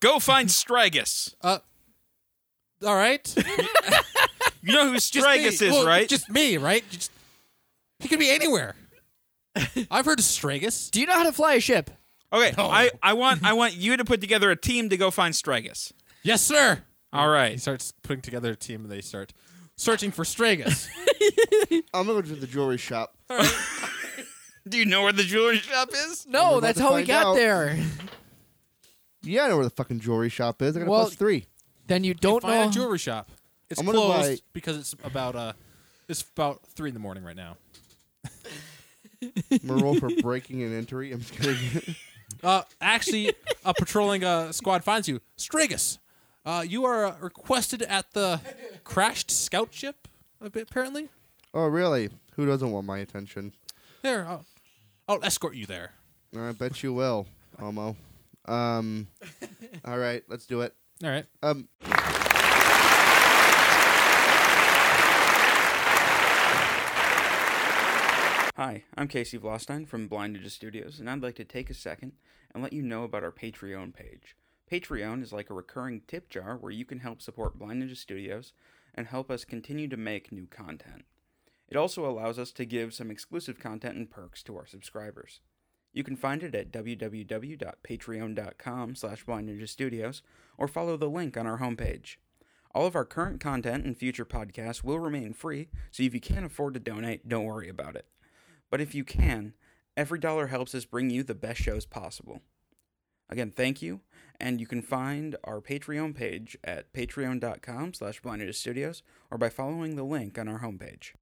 Speaker 3: Go find Stragus.
Speaker 1: uh, all right, Just
Speaker 3: You know who Stragus
Speaker 1: me.
Speaker 3: is,
Speaker 1: Well,
Speaker 3: right?
Speaker 1: Just me, right? Just, he could be anywhere. I've heard of Stragus.
Speaker 5: Do you know how to fly a ship?
Speaker 3: okay, I, I want I want you to put together a team to go find Stragus.
Speaker 1: Yes, sir.
Speaker 3: All
Speaker 1: He
Speaker 3: right.
Speaker 1: starts putting together a team, and they start searching for Stragus.
Speaker 2: I'm gonna go to the jewelry shop.
Speaker 3: Do you know where the jewelry shop is?
Speaker 2: we're
Speaker 5: No,
Speaker 2: about
Speaker 5: that's
Speaker 2: to
Speaker 5: how we
Speaker 2: find
Speaker 5: got
Speaker 2: out.
Speaker 5: there.
Speaker 2: Yeah, I know where the fucking jewelry shop is. I got a
Speaker 5: Well,
Speaker 2: plus three.
Speaker 5: Then you don't
Speaker 1: Find a
Speaker 5: know.
Speaker 1: jewelry shop. It's
Speaker 2: I'm gonna
Speaker 1: closed
Speaker 2: buy-
Speaker 1: because it's about uh, it's about three in the morning right now.
Speaker 2: I'm gonna roll for breaking and entry. I'm just kidding.
Speaker 1: Uh, actually, a patrolling uh, squad finds you. Stragus, uh, you are uh, requested at the crashed scout ship, a bit, apparently.
Speaker 2: oh, really? Who doesn't want my attention?
Speaker 1: There, I'll, I'll escort you there.
Speaker 2: I bet you will, Homo. Um, all right, let's do it.
Speaker 1: All right.
Speaker 2: Um,
Speaker 6: Hi, I'm Casey Vlostein from Blind Ninja Studios, and I'd like to take a second and let you know about our Patreon page. Patreon is like a recurring tip jar where you can help support Blind Ninja Studios and help us continue to make new content. It also allows us to give some exclusive content and perks to our subscribers. You can find it at www.patreon.com slash Blind Ninja Studios or follow the link on our homepage. All of our current content and future podcasts will remain free, so if you can't afford to donate, don't worry about it. But if you can, every dollar helps us bring you the best shows possible. Again, thank you, and you can find our Patreon page at patreon.com slash Blinded Studios or by following the link on our homepage.